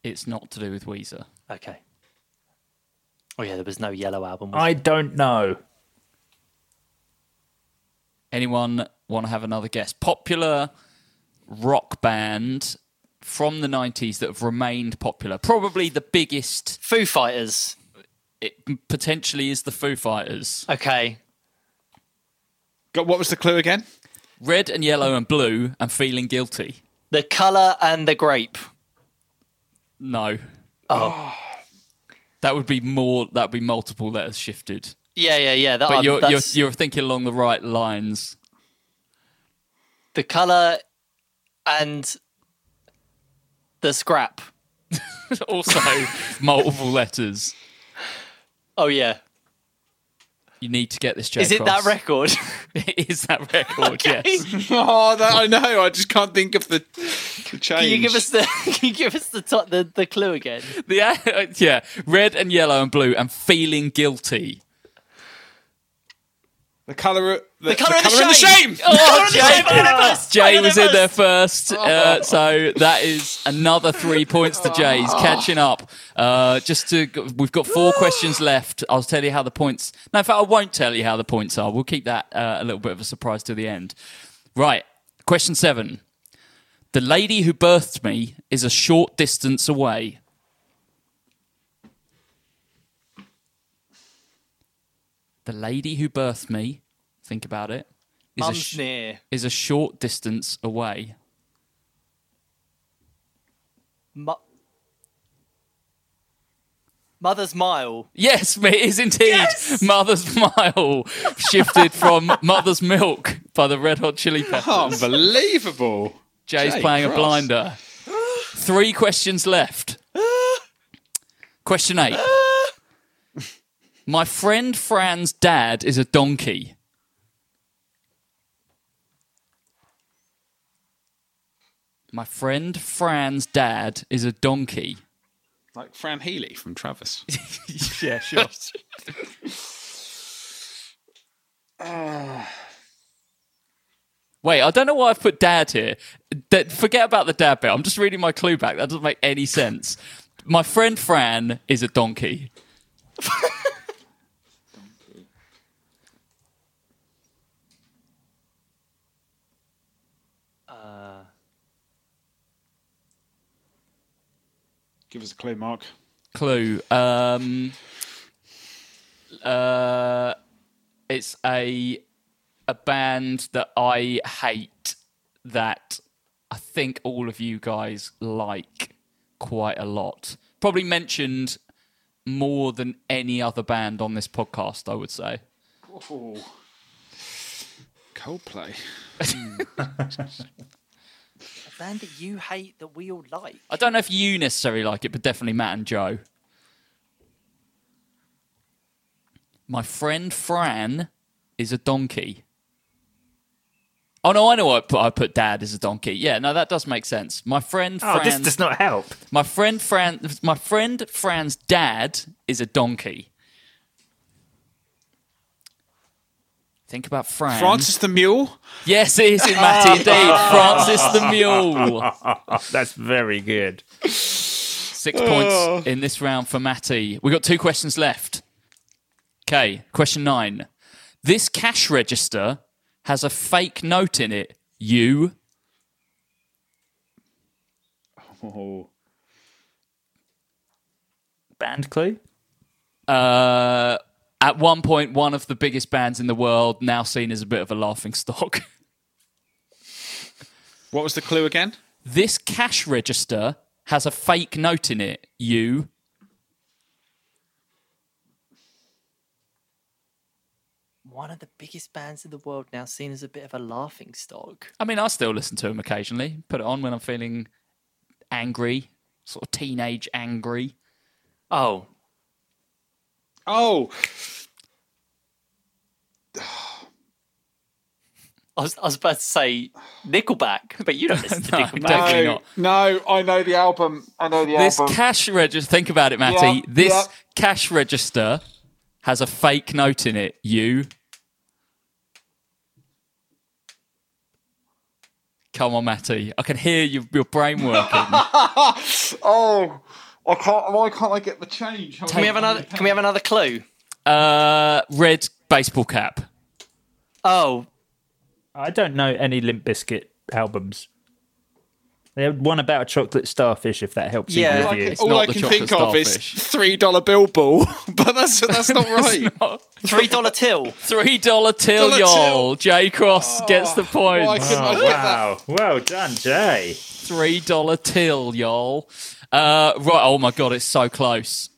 Speaker 2: It's not to do with Weezer.
Speaker 4: Okay. Oh yeah, there was no yellow album. Was
Speaker 1: I don't know.
Speaker 2: Anyone want to have another guess? Popular rock band from the 90s that have remained popular. Probably the biggest,
Speaker 4: Foo Fighters.
Speaker 2: it potentially is the Foo Fighters.
Speaker 4: Okay.
Speaker 3: Got what was the clue again?
Speaker 2: Red and yellow and blue and feeling guilty.
Speaker 4: The color and the grape.
Speaker 2: No. Oh. That would be more, that would be multiple letters shifted.
Speaker 4: Yeah, yeah, yeah. That,
Speaker 2: But
Speaker 4: um,
Speaker 2: you're, you're,
Speaker 4: that's-
Speaker 2: you're thinking along the right lines.
Speaker 4: the color and the scrap.
Speaker 2: also, multiple letters.
Speaker 4: Oh yeah.
Speaker 2: You need to get this, Jay
Speaker 4: Is it that
Speaker 2: Cross.
Speaker 4: record?
Speaker 2: it is that record, yes.
Speaker 3: Oh, that, I know. I just can't think of the, the change.
Speaker 4: can you give us the can you give us the to the, the clue again?
Speaker 2: The, yeah, red and yellow and blue and feeling guilty.
Speaker 6: The color, the,
Speaker 4: The colour and the
Speaker 6: colour and
Speaker 4: shame.
Speaker 6: the shame.
Speaker 4: Oh, Jay, Barnabas!
Speaker 2: Jay was in
Speaker 4: Barnabas!
Speaker 2: there first, uh, so that is another three points to Jay's catching up. Uh, just to, we've got four questions left. I'll tell you how the points. No, in fact, I won't tell you how the points are. We'll keep that uh, a little bit of a surprise to the end. Right, question seven. The lady who birthed me is a short distance away. The lady who birthed me, think about it, is a
Speaker 4: Mum's
Speaker 2: sh-
Speaker 4: near.
Speaker 2: is a short distance away.
Speaker 4: Mo- Mother's mile.
Speaker 2: Yes, it is indeed. Mother's Mile shifted from Mother's Milk by the Red Hot Chili Peppers.
Speaker 3: Oh, Unbelievable.
Speaker 2: Jay's
Speaker 3: Jay
Speaker 2: playing a
Speaker 3: Cross.
Speaker 2: blinder. Three questions left. Question eight. My friend Fran's dad is a donkey. My friend Fran's dad is a donkey.
Speaker 3: Like Fran Healy from Travis.
Speaker 2: Yeah, sure. Wait, I don't know why I've put dad here. That- forget about the dad bit. I'm just reading my clue back. That doesn't make any sense. My friend Fran is a donkey.
Speaker 3: Give us a clue, Mark.
Speaker 2: Clue. Um, uh, it's a a band that I hate that I think all of you guys like quite a lot. Probably mentioned more than any other band on this podcast, I would say.
Speaker 3: Oh. Coldplay.
Speaker 4: A band that you hate that we all like.
Speaker 2: I don't know if you necessarily like it, but definitely Matt and Joe. My friend Fran is a donkey. Oh no, I know what I put. I put Dad is a donkey. Yeah, no, that does make sense. My friend
Speaker 1: Oh,
Speaker 2: Fran.
Speaker 1: this does not help.
Speaker 2: My friend Fran. My friend Fran's dad is a donkey. Think about Fran.
Speaker 3: Francis the Mule.
Speaker 2: Yes, it is in Matty indeed.
Speaker 1: Ah.
Speaker 2: Francis the Mule.
Speaker 1: That's very good.
Speaker 2: Six points in this round for Matty. We've got two questions left. Okay, question nine. This cash register has a fake note in it. You.
Speaker 3: Oh.
Speaker 1: Band clue?
Speaker 2: Uh, at one point, one of the biggest bands in the world, now seen as a bit of a laughing stock.
Speaker 3: What was the clue again?
Speaker 2: this cash register has a fake note in it. You.
Speaker 4: One of the biggest bands in the world now seen as a bit of a laughing stock.
Speaker 2: I mean, I still listen to them occasionally. Put it on when I'm feeling angry, sort of teenage angry.
Speaker 4: Oh,
Speaker 3: Oh,
Speaker 4: I was, I was about to say Nickelback, but you don't listen to
Speaker 2: No,
Speaker 4: Nickelback.
Speaker 2: definitely not.
Speaker 3: no, I know the album. I know the
Speaker 2: this cash register. Think about it, Matty.
Speaker 3: Yeah,
Speaker 2: this
Speaker 3: yeah.
Speaker 2: cash register has a fake note in it. You. Come on, Matty. I can hear your, your brain working.
Speaker 3: oh, I can't. Why can't I get the change?
Speaker 4: Can we have another? Can we have another clue?
Speaker 2: uh, red baseball cap.
Speaker 4: Oh,
Speaker 1: I don't know any Limp Biscuit albums. They had one about a chocolate starfish, if that helps
Speaker 4: Yeah.
Speaker 1: either
Speaker 4: Oh, Like
Speaker 1: of you.
Speaker 2: It's
Speaker 3: All
Speaker 2: not
Speaker 3: I
Speaker 2: the
Speaker 3: can
Speaker 2: chocolate
Speaker 3: think of is
Speaker 2: starfish.
Speaker 3: three dollar bill ball, but that's that's not right.
Speaker 4: three dollar till.
Speaker 2: Three dollar till
Speaker 3: Dollar
Speaker 2: y'all. Jay Cross gets the point.
Speaker 3: Oh, Why
Speaker 4: Oh,
Speaker 3: couldn't I get that?
Speaker 1: Wow, well done, Jay.
Speaker 2: Three dollar till y'all. Uh, right. Oh my god, it's so close.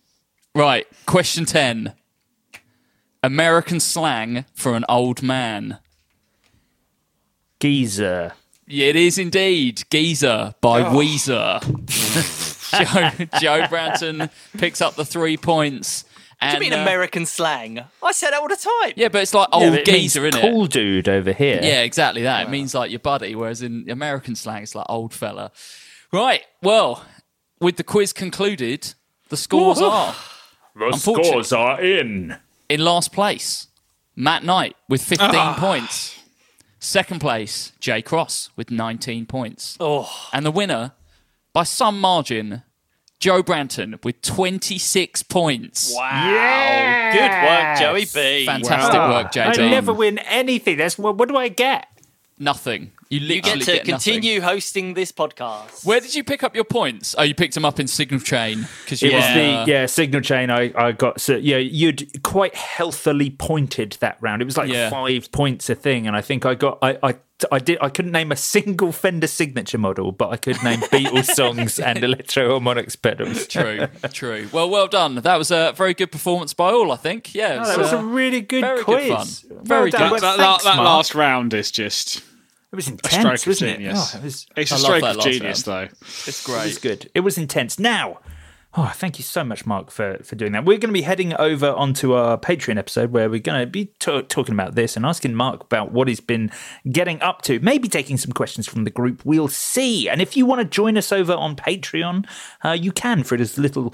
Speaker 2: Right. Question ten. American slang for an old man.
Speaker 1: Geezer.
Speaker 2: It is indeed Geezer by
Speaker 1: Oh.
Speaker 2: Weezer. Joe, Joe Branton picks up the three points. And,
Speaker 4: I mean,
Speaker 2: uh,
Speaker 4: American slang. I say that all the time.
Speaker 2: yeah, but it's like
Speaker 4: Oh,
Speaker 2: old
Speaker 1: Yeah, but it means
Speaker 2: geezer, isn't
Speaker 1: cool
Speaker 2: it?
Speaker 1: dude over here.
Speaker 2: Yeah, exactly that. It means like your buddy, whereas in American slang, it's like old fella. Right. Well, with the quiz concluded, the scores are
Speaker 1: The
Speaker 2: Unfortunately-
Speaker 1: are in.
Speaker 2: in last place Matt Knight with 15
Speaker 3: Ah.
Speaker 2: points. Second place, Jay Cross with 19 points.
Speaker 4: Oh,
Speaker 2: And the winner, by some margin, Joe Branton with 26 points.
Speaker 4: wow. Good work, Joey B.
Speaker 2: Fantastic work, JD.
Speaker 7: I never win anything. That's what, what do I get?
Speaker 2: Nothing. You literally
Speaker 4: You get to
Speaker 2: nothing.
Speaker 4: continue hosting this podcast.
Speaker 2: Where did you pick up your points? Oh, you picked them up in Signal Chain because you
Speaker 7: It
Speaker 2: were, uh,
Speaker 7: was the yeah signal chain I, I got. So yeah, you'd quite healthily pointed that round. It was like
Speaker 2: Yeah.
Speaker 7: five points a thing, and I think I got I, I I did I couldn't name a single Fender signature model, but I could name Beatles songs and electro harmonics pedals.
Speaker 2: True, true. Well, well done. That was a very good performance by all, I think. Yeah, it
Speaker 7: Oh, that was
Speaker 2: uh,
Speaker 7: a really good
Speaker 2: very good
Speaker 7: quiz.
Speaker 2: fun.
Speaker 7: Well
Speaker 2: Very
Speaker 7: done.
Speaker 2: good.
Speaker 7: Well,
Speaker 3: that, that-
Speaker 7: thanks,
Speaker 3: that
Speaker 7: Mark.
Speaker 3: last round is just
Speaker 7: it was
Speaker 3: a stroke
Speaker 7: intense,
Speaker 3: of
Speaker 7: wasn't it?
Speaker 3: genius.
Speaker 7: Oh, it was
Speaker 3: it's a
Speaker 2: I love
Speaker 3: stroke
Speaker 2: that
Speaker 3: of
Speaker 2: last
Speaker 3: genius, though.
Speaker 2: it's
Speaker 7: It
Speaker 2: great.
Speaker 7: was good. It was intense. Now, oh, thank you so much, Mark, for, for doing that. We're going to be heading over onto our Patreon episode where we're going to be ta- talking about this and asking Mark about what he's been getting up to, maybe taking some questions from the group. We'll see. And if you want to join us over on Patreon, uh, you can for as little.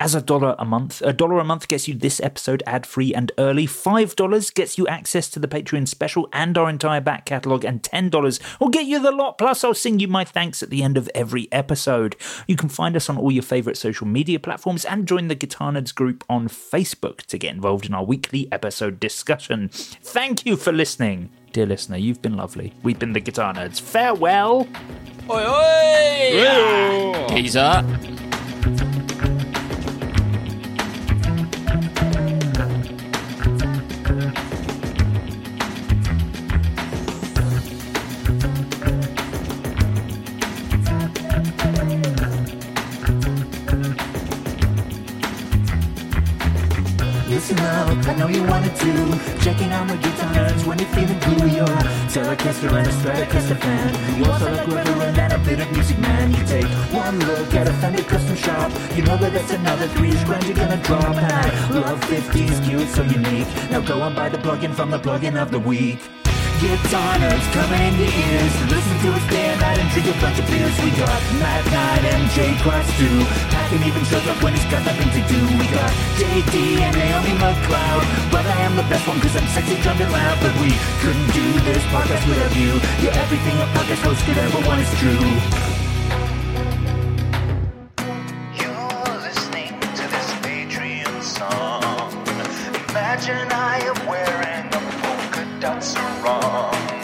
Speaker 7: As a dollar a month, a dollar a month gets you this episode ad free and early. Five dollars gets you access to the Patreon special and our entire back catalogue, and ten dollars will get you the lot. Plus, I'll sing you my thanks at the end of every episode. You can find us on all your favourite social media platforms and join the Guitar Nerds group on Facebook to get involved in our weekly episode discussion. Thank you for listening, dear listener. You've been lovely. We've been the Guitar Nerds. Farewell.
Speaker 2: He's up.
Speaker 1: Listen up, I know you wanted to. Checking on the guitar nerds when you're feeling blue. You're a telecaster and a stratocaster fan. You also like Reverend and a bit of music man. You take one look at a Fender custom shop. You know that that's another three-ish grand you're gonna drop. And I love 50s, cute, so unique. Now go and buy the plugin from the plugin of the week. Guitar nerds coming in your ears. Listen to us day and night and drink a bunch of beers. We got Matt Knight and Jay Cross too. Pat can even shows up when he's got nothing to do. We got JD and Naomi McCloud. But I am the best one because I'm sexy, drummed and loud. But we couldn't do this podcast without you. You're everything a podcast host could ever want. It's true.
Speaker 8: You're listening to this Patreon song. Imagine I am wearing a polka dot sarong.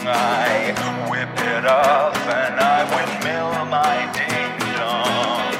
Speaker 8: I whip it off and I windmill my ding dong.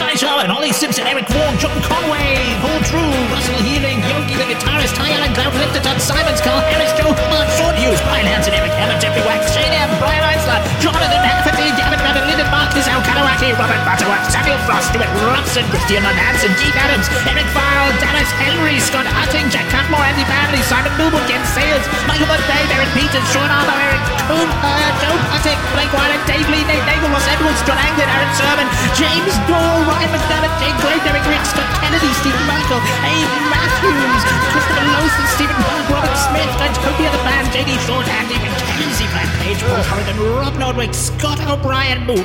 Speaker 1: Ty Charlin, Ollie Simpson, Eric Vaughan, John Conway, Paul True, Russell Healing, Yogi the guitarist, Ty Allen, Cloud Lifterton, Simons, Carl Harris, Joe Mark, Sean Hughes, Brian Hansen, Eric Hammond, Jeffrey Wax, Shane M, Brian Eisler, Jonathan Hafferty, Gavin Madden, Lyndon Marcus, Al Kalaraki, Robert Butterworth, Samuel Frost, Stuart Robson, Christian Lund Hansen, Keith Adams, Eric Vile, Dennis Henry, Scott Hutting, Jack Cutmore, Andy Badley, Simon Newell, Ken Sayers, Michael McBain, Eric Peters, Sean Armour, Eric Cooper, Joe Puttick, Blake Wilder, Dave Lee, Nate Nagel, Ross Edwards, John Anglin, Aaron Sermon, James Doyle, Ryan McDermott, Jane Gray, Derek Rick, Scott Kennedy, Stephen Michael, Abe Matthews, Christopher Lowson, Stephen Punk, Robert Smith, Nightopia the Band, JD Short, Andy McKenzie, Brad Page, Paul Corrigan, Rob Nordwick, Scott O'Brien, Moon